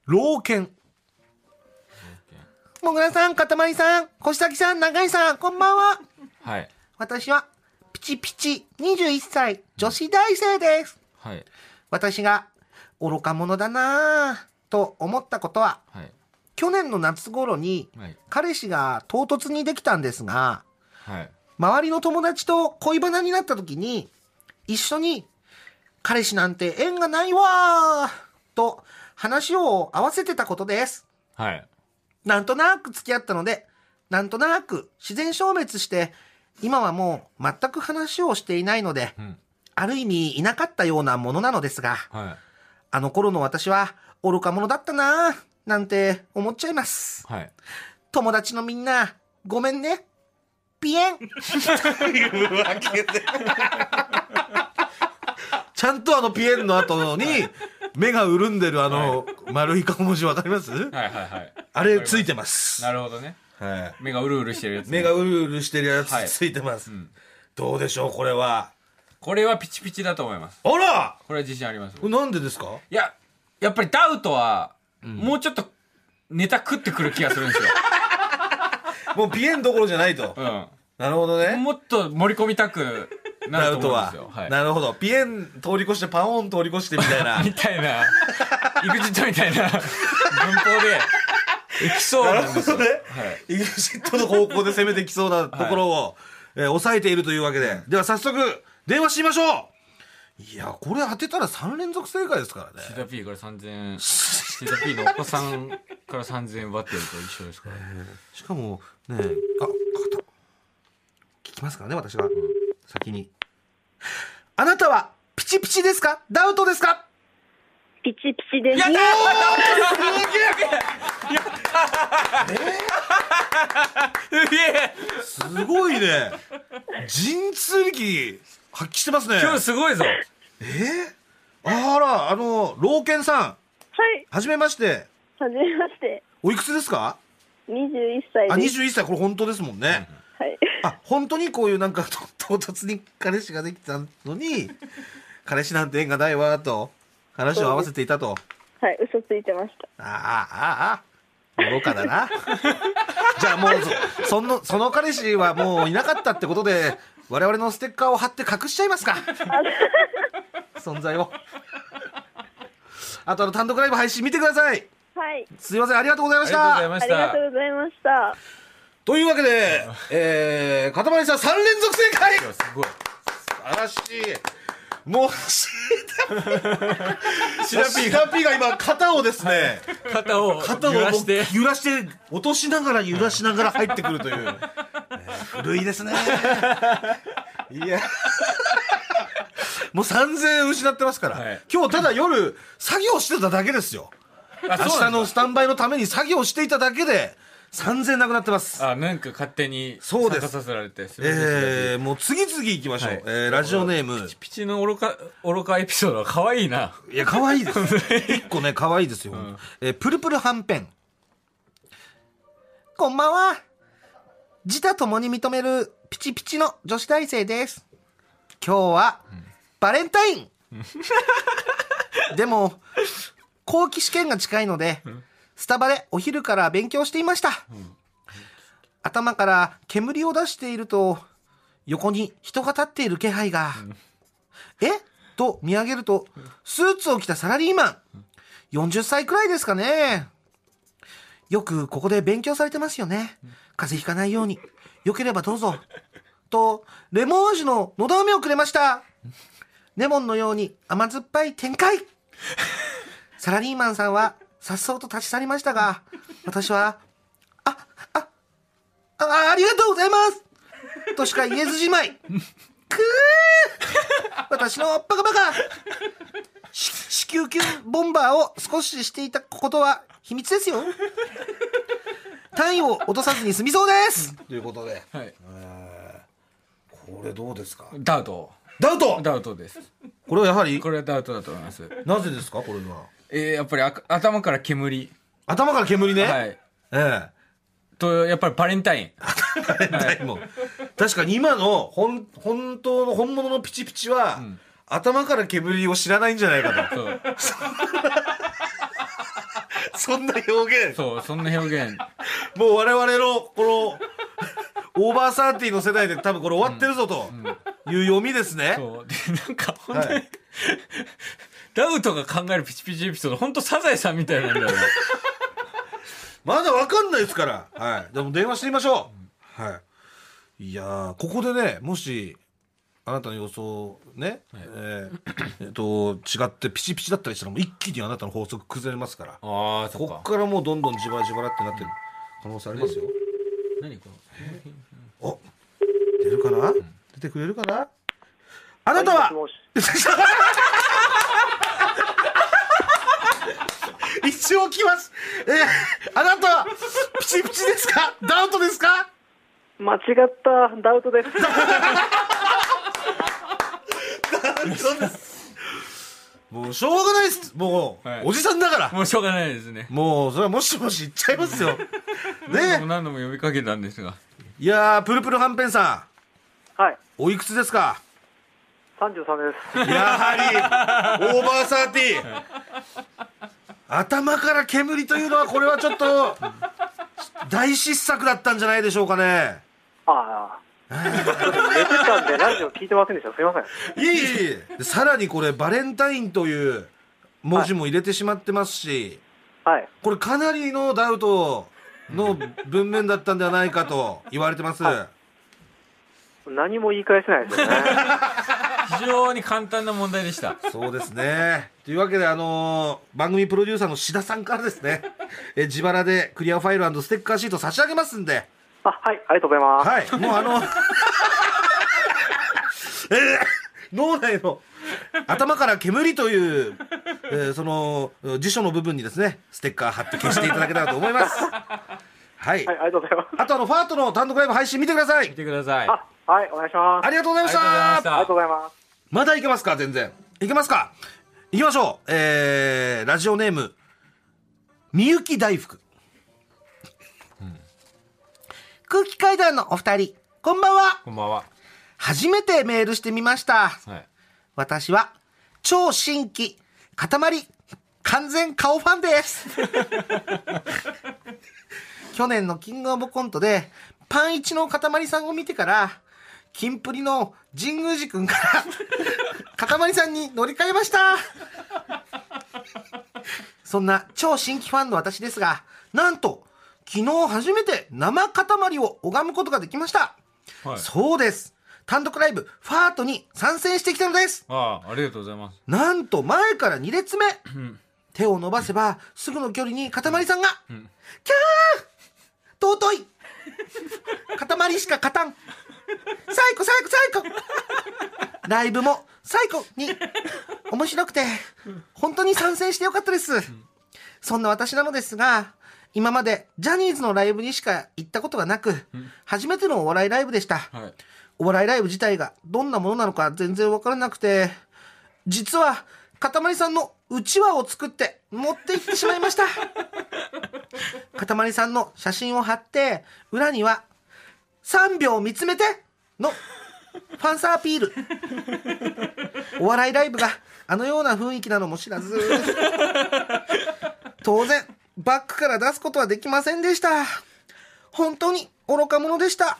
S2: 老犬。
S4: もぐらさん、かたまりさん、こしたきさん、長井さん、こんばんは。
S1: はい。
S4: 私は、ピチピチ、21歳、女子大生です。
S1: はい。
S4: 私が、愚か者だなぁ、と思ったことは、
S1: はい。
S4: 去年の夏頃に、
S1: はい。
S4: 彼氏が唐突にできたんですが、
S1: はい。
S4: 周りの友達と恋バナになった時に、一緒に、彼氏なんて縁がないわーと話を合わせてたことです。
S1: はい。
S4: なんとなく付き合ったので、なんとなく自然消滅して、今はもう全く話をしていないので、
S1: ん
S4: ある意味いなかったようなものなのですが、
S1: はい。
S4: あの頃の私は愚か者だったなぁ、なんて思っちゃいます。
S1: はい。
S4: 友達のみんな、ごめんね。ピエン
S2: ちゃんとあの、ピエンの後に、目が潤んでるあの、丸い顔文字わかります
S1: はい。はい。
S2: あれついてます。
S1: なるほどね。
S2: はい。
S1: 目がうるうるしてるやつね。
S2: 目がうるうるしてるや
S1: はい
S2: つついてます。
S1: ん
S2: どうでしょう、これは。
S1: これはピチピチだと思います。
S2: あら
S1: これは自信あります。
S2: これなんでですか
S1: いや、やっぱりダウトは、もうちょっとネタ食ってくる気がするんですよ。
S2: もうピエンどころじゃないと。
S1: う
S2: なるほどね
S1: ん。。もっと盛り込みたくな
S2: ダ
S1: る
S2: ウ
S1: と
S2: ト
S1: 思うんで
S2: は
S1: すよ。 はい。
S2: なるほど。ピエン通り越してパオン通り越してみたい な。
S1: みたいな、イグジットみたいな文法で、いきそう
S2: な
S1: な
S2: る
S1: んで
S2: ほ
S1: すよ。
S2: どね
S1: はい。
S2: イグジットの方向で攻めてきそうなところを、えー抑えているというわけで。では早速、電話してみましょういや、これ当てたら3連続正解ですから
S1: シ
S2: ね。
S1: ダピーから3000、シダピーのお子さんから3000円奪ってると一緒ですから。
S2: しかも、ねえ、あ、かかった。聞きますからね、私が。先に。
S4: あなたはピチピチですかダウトですか
S6: ピチピチです。
S1: いや
S2: すごいね。神通力発揮してますね。
S1: 今日すごいぞ。
S2: えーあら、あの、老犬さん、
S6: はい。
S2: はじめまして。
S6: はじめまして。
S2: おいくつですか
S6: 21歳
S2: あ、
S6: です。
S2: 21歳、これ本当ですもんね。
S6: はい。
S2: あ、本当にこういうなんか、と 唐突に彼氏ができたのに、彼氏なんて縁がないわ、と、話を合わせていたと。
S6: はい。嘘ついてました。
S2: ああ、ああ、ああ、愚かだな。 じゃあもうそ、その、その彼氏はもういなかったってことで、我々のステッカーを貼って隠しちゃいますか。存在を。あとあの単独ライブ配信見てください。
S6: はい。
S2: すいません、ありがとうございま
S1: あ
S2: し
S1: りがとうご
S2: た
S1: ざい。ま
S6: あ
S1: し
S6: りが
S1: た
S6: と。うございました。
S2: というわけで、えー、かたまりさん3連続正解
S1: いやすごい
S2: 素晴らしいもうシ
S1: シラピーが
S2: ラピーが今肩をですね、
S1: 肩を
S2: 肩を
S1: 揺らして
S2: 揺らして落としながら揺らしながら入ってくるという、ね古いですねいやもう3000円失ってますから、
S1: はい
S2: 今日ただ夜作業してただけですよ
S1: あ
S2: 明
S1: そう
S2: 日
S1: なんだ
S2: のスタンバイのために作業していただけで3000円なくなってます
S1: あなんか勝手に
S2: そうです
S1: 参加させられてすいません
S2: えー、もう次々行きましょう、
S1: はい
S2: えーラジオネーム
S1: ピチの愚か愚かエピソードは可愛いない
S2: や、可愛いです。 一個ね、可愛いですよ。えープルプルはんぺん。
S4: こんばんは。自他ともに認めるピチピチの女子大生です。今日は、バレンタイン。でも、後期試験が近いので、スタバでお昼から勉強していました。頭から煙を出していると、横に人が立っている気配が、えと見上げると、スーツを着たサラリーマン。40歳くらいですかね。よくここで勉強されてますよね。風邪ひかないように。よければどうぞ。と、レモン味ののだ飴をくれました。レモンのように甘酸っぱい展開。サラリーマンさんは、さっそうと立ち去りましたが、私は、あ、あ、あ、ありがとうございますとしか言えずじまい。くー私のバカバカし子宮級ボンバーを少ししていたことは秘密ですよ。単位を落とさずに済みそうです。
S2: ということで、
S1: はい
S2: これどうですか
S1: ダウト
S2: ダウト
S1: ダウトです
S2: これはやはり
S1: こ、れはダウトだと思います
S2: なぜですかこれは。
S1: えー、やっぱりあ頭から煙
S2: 頭から煙ね。
S1: はい
S2: ええ
S1: とやっぱりバレンタイン
S2: はいもう確かに今の本本当の本物のピチピチは、頭から煙を知らないんじゃないか
S1: そう
S2: とそんな表現
S1: そうそんな表現
S2: もう我々のこのオーバーサーティの世代で多分これ終わってるぞという読みですね、
S1: そうでなんか本当に、
S2: は
S1: ダウトが考えるピチピチエピソード本当サザエさんみたいなんだよね
S2: まだわかんないですからはいでも電話してみましょう、はいいやーここでねもしあなたの予想ね、えーえっと違ってピチピチだったりしたらもう一気にあなたの法則崩れますから
S1: ああそっ
S2: こ
S1: か
S2: っからもうどんどん自腹自腹ってなってる可能性ありますよ。
S1: 何この
S2: お出るかな、出てくれるかなあなたは、
S5: もしもし
S2: 一応来ます。えー、あなたはピチピチですかダウトですか
S5: 間違ったダウトです。
S2: もうしょうがないです。もう、
S1: はい
S2: おじさんだから。
S1: もうしょうがないですね
S2: もうそれはもしもし言っちゃいます よ。
S1: 何度も
S2: ね
S1: 何度も呼びかけたんですが
S2: いやープルプルはんぺんさ
S5: はい、
S2: んおいくつですか
S5: 三十三です。
S2: やはり、オーバーサーティー。頭から煙というのは、これはちょっと、大失策だったんじゃないでしょうかね。
S5: ああ、寝てたんでラジオ聞いてませんでした。すみません。
S2: いいでさらにこれ、バレンタインという文字も入れてしまってますし、
S5: はい、
S2: これかなりのダウトの文面だったんではないかと言われてます。
S5: 何も言い返せないですよね。
S1: 非常に簡単な問題で した
S2: そうですね。というわけで、あのー番組プロデューサーの志田さんからですね、え自腹でクリアファイルステッカーシート差し上げますんで、
S5: あ、はい、ありがとうございます。
S2: はい、もうあ の、えー脳内の頭から煙という、えーその辞書の部分にですね、ステッカー貼って消していただけたらと思います。はい。
S5: はい、ありがとうございます。
S2: あとあの、ファートの単独ライブ配信見てください
S1: 見。てください
S5: あ、はい、お願いします。
S2: ありがとうございまし
S1: ありがとうございましたた。
S5: ありがとうございます。
S2: まだいけますか全然。いけますかいきましょう。えー、ラジオネーム、みゆき大福。
S4: 空気階段のお二人、こんばんは。
S1: こんばんは
S4: 初めてメールしてみました。
S1: はい
S4: 私は、超新規、塊、完全顔ファンです。去年のキングオブコントで、パン一の塊さんを見てから、キンプリの神宮寺くんから、塊さんに乗り換えました。そんな超新規ファンの私ですが、なんと、昨日初めて生塊を拝むことができました。
S1: はい
S4: そうです。単独ライブ、ファートに参戦してきたのです。
S1: ああありがとうございます
S4: なんと前から2列目。手を伸ばせば、すぐの距離に塊さんが、キャー尊い塊しか勝たん最高最高最高ライブも最高に面白くて、本当に参戦してよかったです。そんな私なのですが、今までジャニーズのライブにしか行ったことがなく、初めてのお笑いライブでした。
S1: はい
S4: お笑いライブ自体がどんなものなのか全然わからなくて、実は、かたまりさんのうちわを作って持って行ってしまいました。かたまりさんの写真を貼って、裏には、3秒見つめてのファンサーアピール。お笑いライブがあのような雰囲気なのも知らず、当然、バックから出すことはできませんでした。本当に愚か者でした。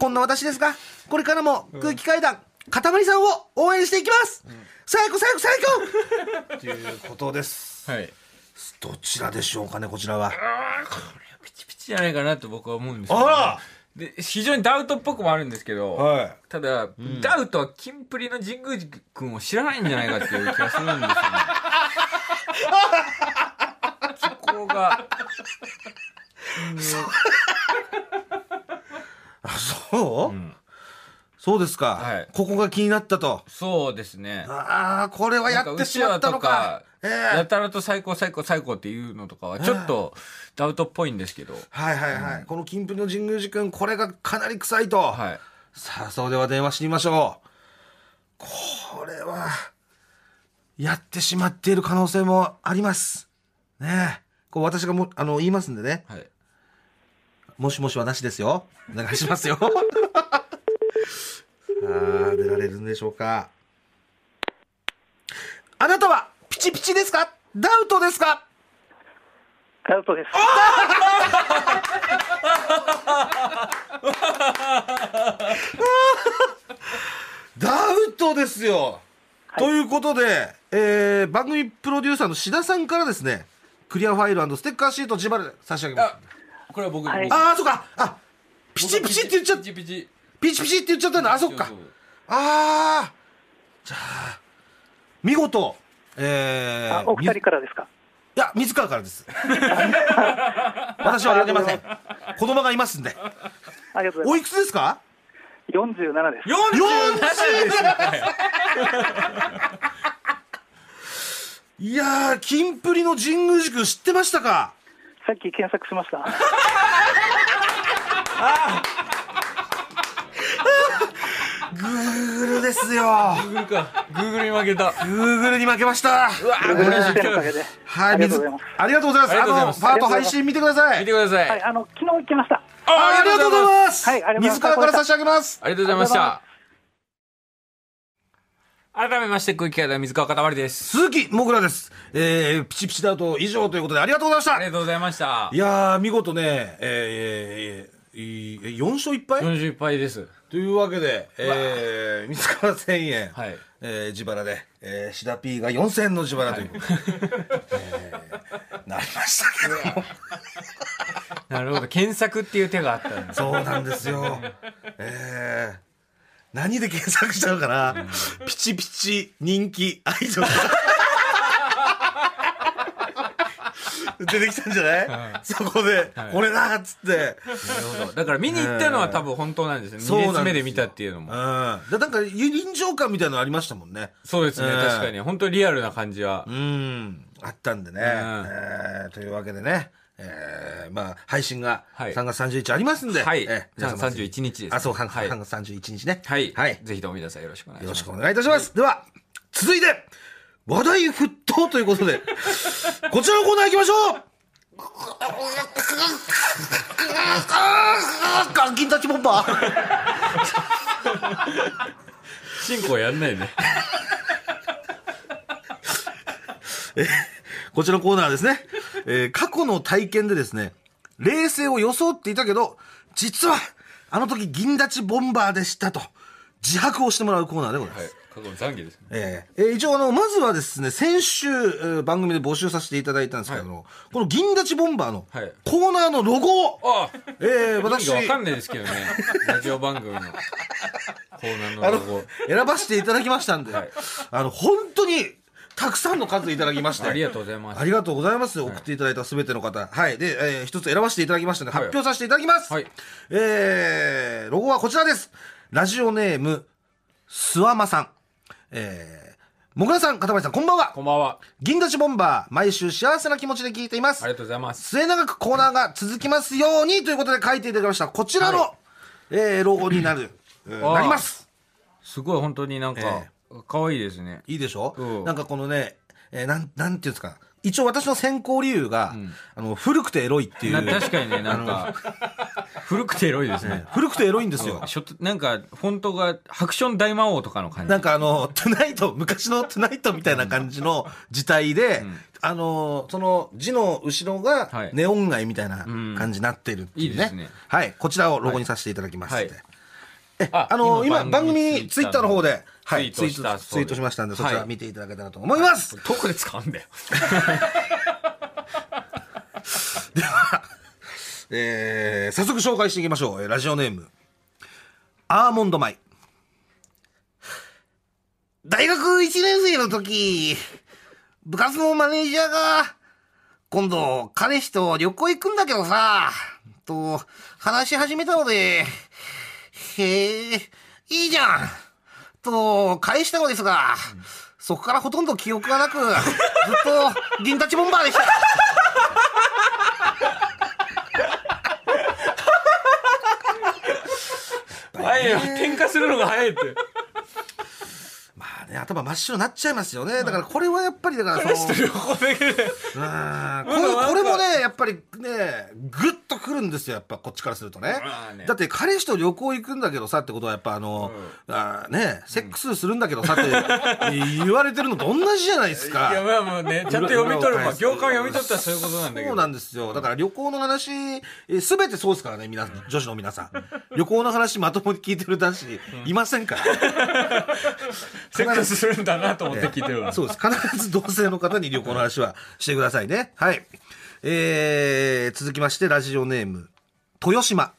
S4: こんな私ですが、これからも空気階段、かたまりさんを応援していきます、最高最高最
S2: ということです。
S1: はい
S2: どちらでしょうかね、こちらは。
S1: ピチピチじゃないかなと僕は思うんですよ、
S2: あ
S1: で非常にダウトっぽくもあるんですけど、
S2: らはい。
S1: ただ、ダウトはキンプリの神宮寺君を知らないんじゃないかっていう気がする んですよねそこが
S2: あ、そう、
S1: ん
S2: そうですか、
S1: はい
S2: ここが気になったと。
S1: そうですね
S2: ああ、これはや
S1: なん
S2: っ
S1: か
S2: てしまったの
S1: う
S2: か。
S1: ちわとかやたらと最高最高最高っていうのとかはちょっとダウトっぽいんですけど、
S2: はいはいはい。この金粉の神宮寺君、これがかなり臭いと。
S1: はい、
S2: さあ、そうでは電話してみましょう。これは、やってしまっている可能性もあります。ねえ。こう私がもあの言いますんでね。
S1: はい、
S2: もしもしはなしですよ。お願いしますよ。 ああ、出られるんでしょうか。
S4: 高あなたは、ピチピチですかダウトですか
S5: アウトです。
S2: ダウトですよ、ということで、えー番組プロデューサーの志田さんからですね、クリアファイルステッカーシート自腹で差し上げます
S1: あ。これは僕、
S5: はい
S1: 僕
S2: ああ、そっか。あ、ピチピチって言っちゃった
S1: ピ。チピチ
S2: ピチピチって言っちゃったんだ。あ、そっか。ああ。じゃあ、見事、え
S5: あ
S2: ー、
S5: お二人
S2: み
S5: からですか。
S2: いや、水川からです。 私はあげません。子供がいますんで。
S5: ありがとうござ
S2: お
S5: い
S2: いくつですか
S5: ます。四十七です。
S1: 47
S2: いやー、キンプリの神宮寺君知ってましたか
S5: さっき検索しま した。
S2: グーグルですよ。
S1: グーグルかグーグルに負けた
S2: グーグルに負けました。
S5: グループのおかげで。
S2: は
S5: あ
S2: い、
S5: りがとう
S2: 水
S5: ございます。
S2: ありがとうございます。
S1: ありがとうござい
S2: あの、
S1: ます
S2: パート配信見てくださ
S1: 見
S2: い
S1: て。ください、
S5: はい、あの、昨日行きました。
S2: あありがとうございます。
S5: はいありがとう
S2: 水
S5: ござ
S2: 川
S5: います
S2: から差し上げます。
S1: ありがとうございました。改めまして、空気階段水川かたまりです。
S2: 鈴木もぐらです。えー、ピチピチだと以上ということでありがとうございまし
S1: あり
S2: た。
S1: がとうございました
S2: い。やー、見事ね、えー、えーえー、4勝1敗
S1: 40杯です。
S2: というわけで、えー、水川1000円、
S1: はい
S2: えー自腹で、えー、志田 P が4000円の自腹ということで、えーなりましたけども。
S1: なるほど。検索っていう手があったんです。
S2: そうなんですよ。えー何で検索したのかなピチピチ人気アイ ドル。出てきたんじゃない、そこで、
S1: はい
S2: これだっつって。
S1: なるほど。だから見に行ったのは多分本当なんですね。
S2: そうなん
S1: 2
S2: で
S1: 列目
S2: すよ
S1: で見たっていうの
S2: うん。
S1: も。
S2: でなんか、臨場感みたいなのありましたもんね。
S1: そうですね。
S2: うん
S1: 確かに。本当リアルな感じは
S2: う。ん。あったんでね。えーというわけでね。えーまあ、配信が
S1: はい
S2: 3月31日ありますんで。
S1: はい
S2: えー。
S1: じゃ
S2: 皆
S1: あ
S2: 様
S1: 31日です。
S2: あ、そう、3
S1: はい。
S2: 月31日ね。
S1: はい。
S2: はい。
S1: ぜひとも皆さんよろしくお願いし
S2: よ
S1: ま
S2: ろし
S1: す。
S2: くお願いいたします。では、続いて、話題沸騰ということで、 こちらのコーナー行きましょう
S4: ガキンたちボンバー。
S1: 進行やんないね。
S2: こちらのコーナーはですね、 えー過去の体験でですね、冷静を装っていたけど、実は、あの時銀立ちボンバーでしたと、自白をしてもらうコーナーでございます。
S1: 過去の懺悔ですね。
S2: えええー一応あの、まずはですね、先週、えー番組で募集させていただいたんですけども、この銀立ちボンバーの
S1: はい
S2: コーナーのロゴ
S1: あ
S2: を、えー
S1: あ、意味
S2: 私、
S1: がわかんないですけど ね。ラジオ番組のコーナー
S2: あ
S1: の
S2: の
S1: ロゴ。、
S2: 選ばせていただきましたんで、
S1: はい
S2: あの、本当に、たくさんの数いただきまして。
S1: ありがとうございます
S2: ありがとうございます。送っていただいたすべての方。はい。で、えー一つ選ばせていただきましたので、
S1: はい
S2: 発表させていただきます。
S1: はい
S2: えー、ロゴはこちらです。ラジオネーム、すわまさん。えー、もぐらさん、かたまりさん、こんばんは
S1: こ。んばんは。
S2: 銀立ちボンバー、毎週幸せな気持ちで聞いています。
S1: ありがとうございます。
S2: 末永くコーナーが続きますようにということで書いていただきました。こちらの、
S1: は
S2: えーロゴになる、えー
S1: あー
S2: なります。
S1: すごい本当になんか
S2: え、
S1: 可愛いですね。
S2: いいでしょ、
S1: うん
S2: なんかこのね、えーなん、なんていうんですか。一応私の選考理由が、あの、古くてエロいっていう。
S1: な確かにね、なんか、古くてエロいですね。
S2: 古くてエロいんですよ。
S1: しょなんか、フォントが、ハクション大魔王とかの感じ。
S2: なんかあの、トゥナイト、昔のトゥナイトみたいな感じの字体で、あの、その字の後ろ
S1: は
S2: が
S1: い
S2: ネオン街みたいな感じになってるってい
S1: いい
S2: う、ね
S1: ですね
S2: はい、こちらをロゴにさせていただきますので。
S1: はい
S2: え
S1: あ
S2: あの
S1: 今
S2: 今番
S1: 番組
S2: 組ツイッターの方で、はい、ツ
S1: ツ
S2: イ
S1: イ
S2: ー
S1: ー
S2: ト
S1: トした
S2: ツイートしましたんで、そち
S1: は
S2: ら
S1: い
S2: 見ていただけたらと思います。
S1: どこで使うんだよ。
S2: えー早速紹介していきましょう。えーラジオネーム。アーモンド米。
S4: 大学1年生の時、部活のマネージャーが、今度、彼氏と旅行行くんだけどさ、と、話し始めたので、へえ、いいじゃん、と、返したのですが、そこからほとんど記憶がなく、ずっと、銀立ちボンバーでした。
S1: はいよ、喧嘩するのが早いって。
S2: まあね、頭真っ白になっちゃいますよね。だからこれはやっぱり、だからその、 うーんこ
S1: うん
S2: れこれもね、やっぱりね、ぐっとくるんですよ、やっぱこっちからするとね
S1: まあ。ね
S2: だって彼氏と旅行行くんだけどさってことは、やっぱあの、あーね、セックスするんだけどさって言われてるのと同じじゃないですか。
S1: いや、まあまあね、ちゃんと読み取れば、行間読み取ったらそういうことなんだけ
S2: そう
S1: ど。
S2: なんですよ。だから旅行の話、すべてそうですからね、皆、女子の皆さん。旅行の話まともに聞いてる男子、いませんから。
S1: セックス するんだなと思って聞いてるわ。
S2: そうです。必ず同性の方に旅行の話はしてくださいね。はい。えー、続きまして、ラジオネーム、豊島。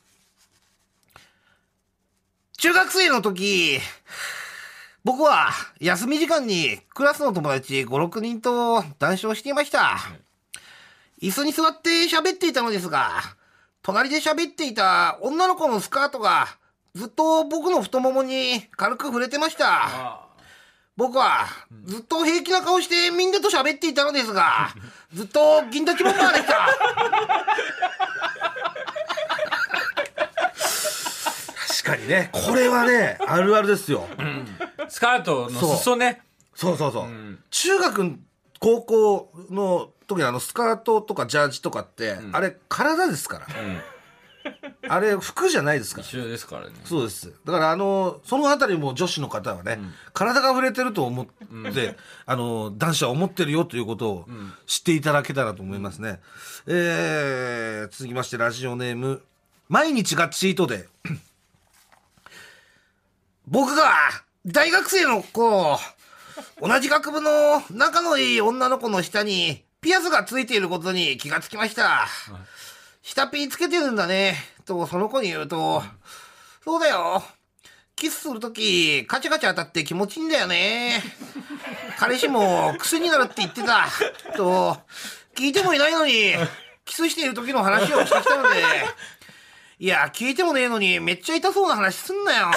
S4: 中学生の時、僕は休み時間にクラスの友達5、6人と談笑していました。椅子に座って喋っていたのですが、隣で喋っていた女の子のスカートがずっと僕の太ももに軽く触れてました。僕はずっと平気な顔してみんなと喋っていたのですが、ずっと銀立ちボンバーでした。
S2: 確かにね、これはね、あるあるですよ。
S1: スカートの裾ね。
S2: そうそうそう。中学、高校の時のあの、スカートとかジャージとかって、あれ、体ですから。あれ、服じゃないですから。
S1: 一緒ですからね。
S2: そうです。だから、あの、そのあたりも女子の方はね、体が触れてると思って、 あの、男子は思ってるよということを知っていただけたらと思いますね。えー、続きまして、ラジオネーム、毎日がチートで、
S4: 僕が大学生の頃、同じ学部の仲のいい女の子の下にピアスがついていることに気がつきました。下ピーつけてるんだね、とその子に言うと、そうだよ。キスするとき、カチャカチャ当たって気持ちいいんだよね。彼氏も癖になるって言ってた。と、聞いてもいないのに、キスしている時の話をしてきたので、いや、聞いてもねえのに、めっちゃ痛そうな話すんなよ。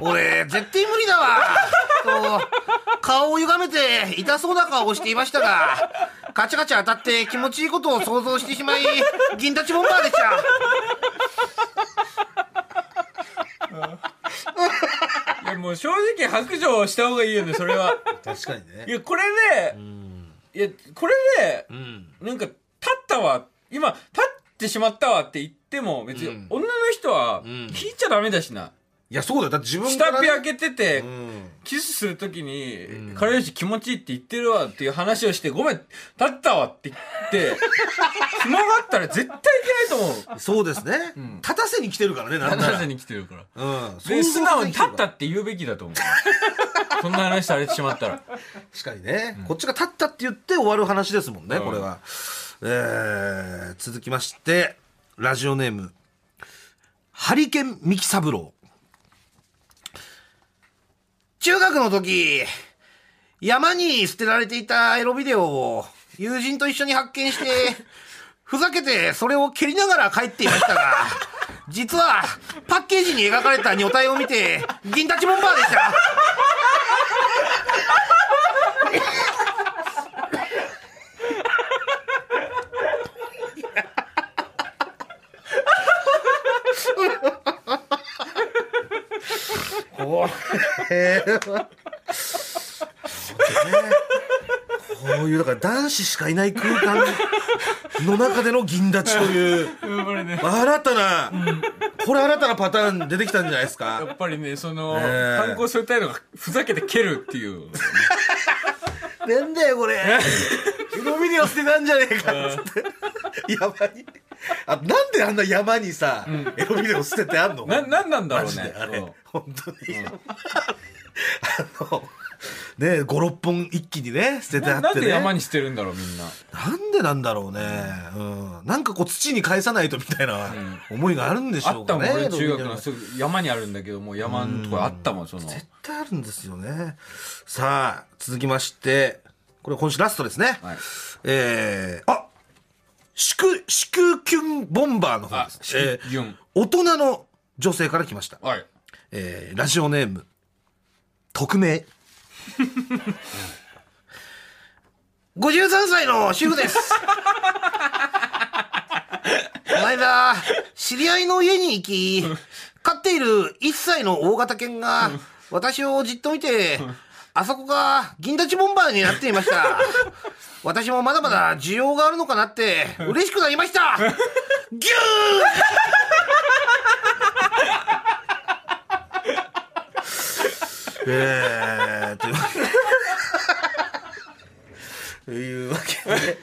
S4: 俺、絶対無理だわ。と、顔を歪めて痛そうな顔をしていましたが、カチャカチャ当たって気持ちいいことを想像してしまい、銀立ちボンバーでした。
S1: いや、もう正直白状した方がいいよね、それ は。
S2: 確かにね
S1: い。や、これね、いや、これね、なんか、立ったわ、今、立ってしまったわって言っても、別に女の人は、聞いちゃダメだしな。
S2: いや、そうだよ。だって自分か
S1: 下
S2: ら
S1: 火
S2: ね、
S1: 開けてて、
S2: うん
S1: キスするときに、彼氏気持ちいいって言ってるわって いう話をして、ごめん、立ったわって言って、暇があったら絶対いけないと思う。
S2: そうですね、立たせに来てるからねなんな
S1: な
S2: ら
S1: ぜに来てるから。
S2: うん
S1: で、素直に立った
S2: て
S1: って言うべきだと思う。 そんな話されてしまったら。
S2: 確かにね、こっちが立ったって言って終わる話ですもんね、
S1: うん
S2: これは、えー続きましてラジオネームハリケーン三木三郎中学の時山に捨てられていたエロビデオを友人と一緒に発見してふざけてそれを蹴りながら帰っていましたが実はパッケージに描かれた女体を見て銀立ちボンバーでしたこれは。こういう、だから男子しかいない空間の中での銀立ちという、
S1: これね。
S2: 新たな、これ新たなパターン出てきたんじゃないです
S1: や
S2: か。
S1: っぱりね、その、
S2: ねえ
S1: 反抗する態度がふざけて蹴るっていう。
S2: なんだよ、これ。湯飲みに寄せてたんじゃねえかっつって。山に。あ、なんであんな山にさ、エロビデオ捨ててあんの
S1: な、なんなんだ
S2: マ
S1: ろう
S2: ジ
S1: ね
S2: で。あ
S1: そ
S2: れ
S1: う
S2: 本当に、あのね56本一気にね捨ててあ
S1: な
S2: っ
S1: なん
S2: て
S1: で
S2: ね
S1: 山にしてるんだろう、みんな。
S2: なんでなんだろうね、うん、なんかこう土に返さないとみたいな思いがあるんでし
S1: あ
S2: ょ
S1: っ
S2: う
S1: た
S2: か
S1: もん、
S2: ね
S1: 俺
S2: どう
S1: 中
S2: いう
S1: 学の
S2: 絶
S1: すぐ山にあるんだけど、もう山のところあったもん、その。
S2: 対あるんですよねさあ続きましてこれ今週ラストですね、
S1: はい
S2: えー、あ祝祝キュンボンバーの方です
S1: あ祝
S2: え
S1: キュ
S2: ー
S1: ン、
S2: 大人の女性から来ました
S1: はい。
S2: えーラジオネーム匿名53歳の主婦です
S4: この間、知り合いの家に行き、飼っている1歳の大型犬が、私をじっと見て、あそこが銀立ちボンバーになっていました。私もまだまだ需要があるのかなって、嬉しくなりました。ギュー
S2: えーというわけでというわけで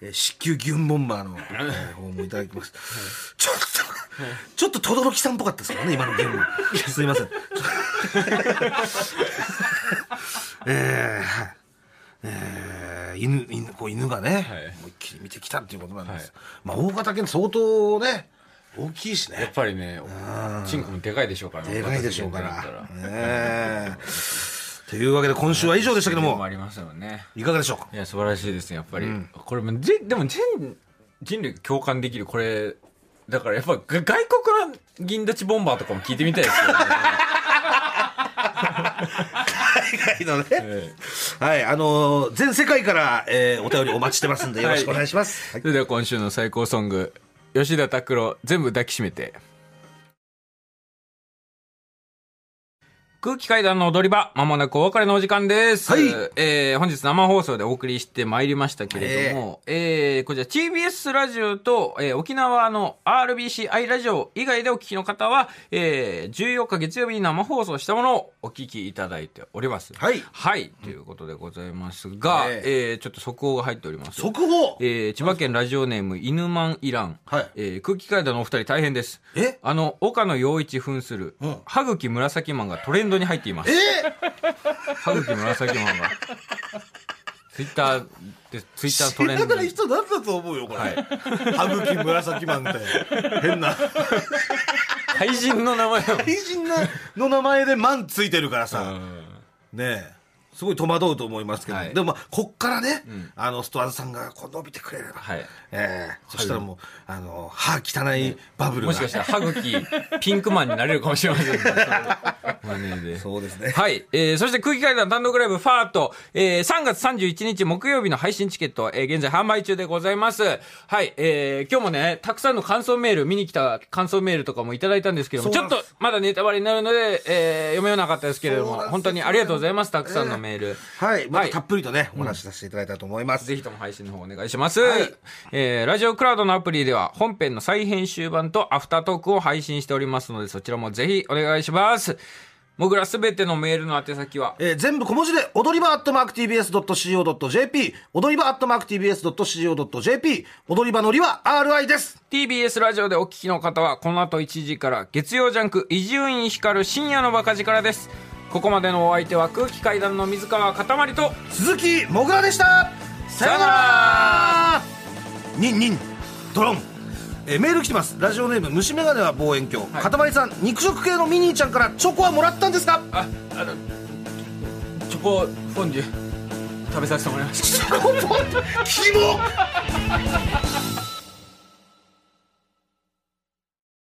S2: えー子宮ギュンボンバーの、えー方もいただきました、ちょっと、ちょっと轟さんっぽかったですからね今のゲームすいません えーはいえー犬犬こう犬がね、
S1: い
S2: 思いっきり見てきたっていうことなんです、
S1: はい
S2: まあ大型犬相当ね大きいしね
S1: やっぱりね、チンコもでかいでしょうからね。
S2: でかいでしょうか
S1: 私だ
S2: ら
S1: っ。た
S2: ええというわけで今週は以上でしたけど
S1: でも
S2: も
S1: あ、りましたよね。
S2: いかがでしょうか
S1: いや、素晴らしいですね、やっぱり。これもじ、でも人、人類が共感できる、これ、だからやっぱ、が外国の銀立ちボンバーとかも聞いてみたいですよね。
S2: はい、のね。
S1: え
S2: はい、あのー全世界から、えーお便りお待ちしてますんでよろしくお願いします。
S1: え
S2: はい
S1: それでは今週の最高ソング、吉田拓郎、全部抱きしめて。空気階段の踊り場、まもなくお別れのお時間です。
S2: はい
S1: えー本日生放送でお送りしてまいりましたけれども、えーこちら TBS ラジオと、えー沖縄の RBCI ラジオ以外でお聞きの方は、えー14日月曜日に生放送したものをお聞きいただいております。
S2: はい
S1: はい、ということでございますが、
S2: え
S1: えーちょっと速報が入っております。
S2: 速報
S1: えー千葉県ラジオネーム犬マンイラン、
S2: はい
S1: えー空気階段のお二人大変です
S2: え
S1: あの岡野陽一扮する
S2: うん
S1: 歯茎紫マンがトレンドに入っています
S2: え
S1: 歯茎紫マンがツイッターでツイッター
S2: 知
S1: トレン
S2: ら
S1: ド
S2: ない
S1: に
S2: 人なんだと思うよ、これ。
S1: はい
S2: 歯茎紫マンって。変な。
S1: 怪人の名前を
S2: 美人なの名前でマンついてるからさ。
S1: うん
S2: ねえすごい戸惑うと思いますけど、
S1: はい
S2: でもまあこっからね、あのストアーズさんがこう伸びてくれれば、
S1: はい
S2: ええそしたらもうあの歯汚いバブルが、
S1: もしかしたら歯茎ピンクマンになれるかもしれませんねマネーで
S2: そうですね
S1: はい。えー、そして空気階段単独ライブファート、えー、3月31日木曜日の配信チケット、えー、現在販売中でございます。はい。えー、今日もね、たくさんの感想メール、見に来た感想メールとかもいただいたんですけども、ち
S2: そう
S1: ょ
S2: な
S1: っ
S2: んです
S1: とまだネタバレになるので、えー、読めなかったですけれど
S2: そう
S1: も、
S2: なんですよ
S1: 本当にありがとうございます。たくさんのメール。
S2: はいま
S1: は
S2: た
S1: い
S2: た。っぷりとね、お話しさせていただいたらと思います、
S1: ぜひとも配信の方お願いします。
S2: はい
S1: えーラジオクラウドのアプリでは本編の再編集版とアフタートークを配信しておりますので、そちらもぜひお願いします。もぐらすべてのメールの宛先は、
S2: えー全部小文字で、踊り場アットマーク TBS.CO.JP、踊り場アットマーク TBS.CO.JP、踊り場のりは RI です。
S1: TBS ラジオでお聞きの方は、この後1時から、月曜ジャンク、伊集院光深夜のバカ力です。ここまでのお相手は、空気階段の水川かたまりと、
S2: 鈴木もぐらでしたさよならニンニン、ドロン。えーメール来てます。ラジオネーム、虫眼鏡は望遠鏡。
S1: い
S2: かたまりさん、肉食系のミニーちゃんからチョコはもらったんですか
S1: あ、あの、チョコフォンデュ、食べさせてもらいました。
S2: キモ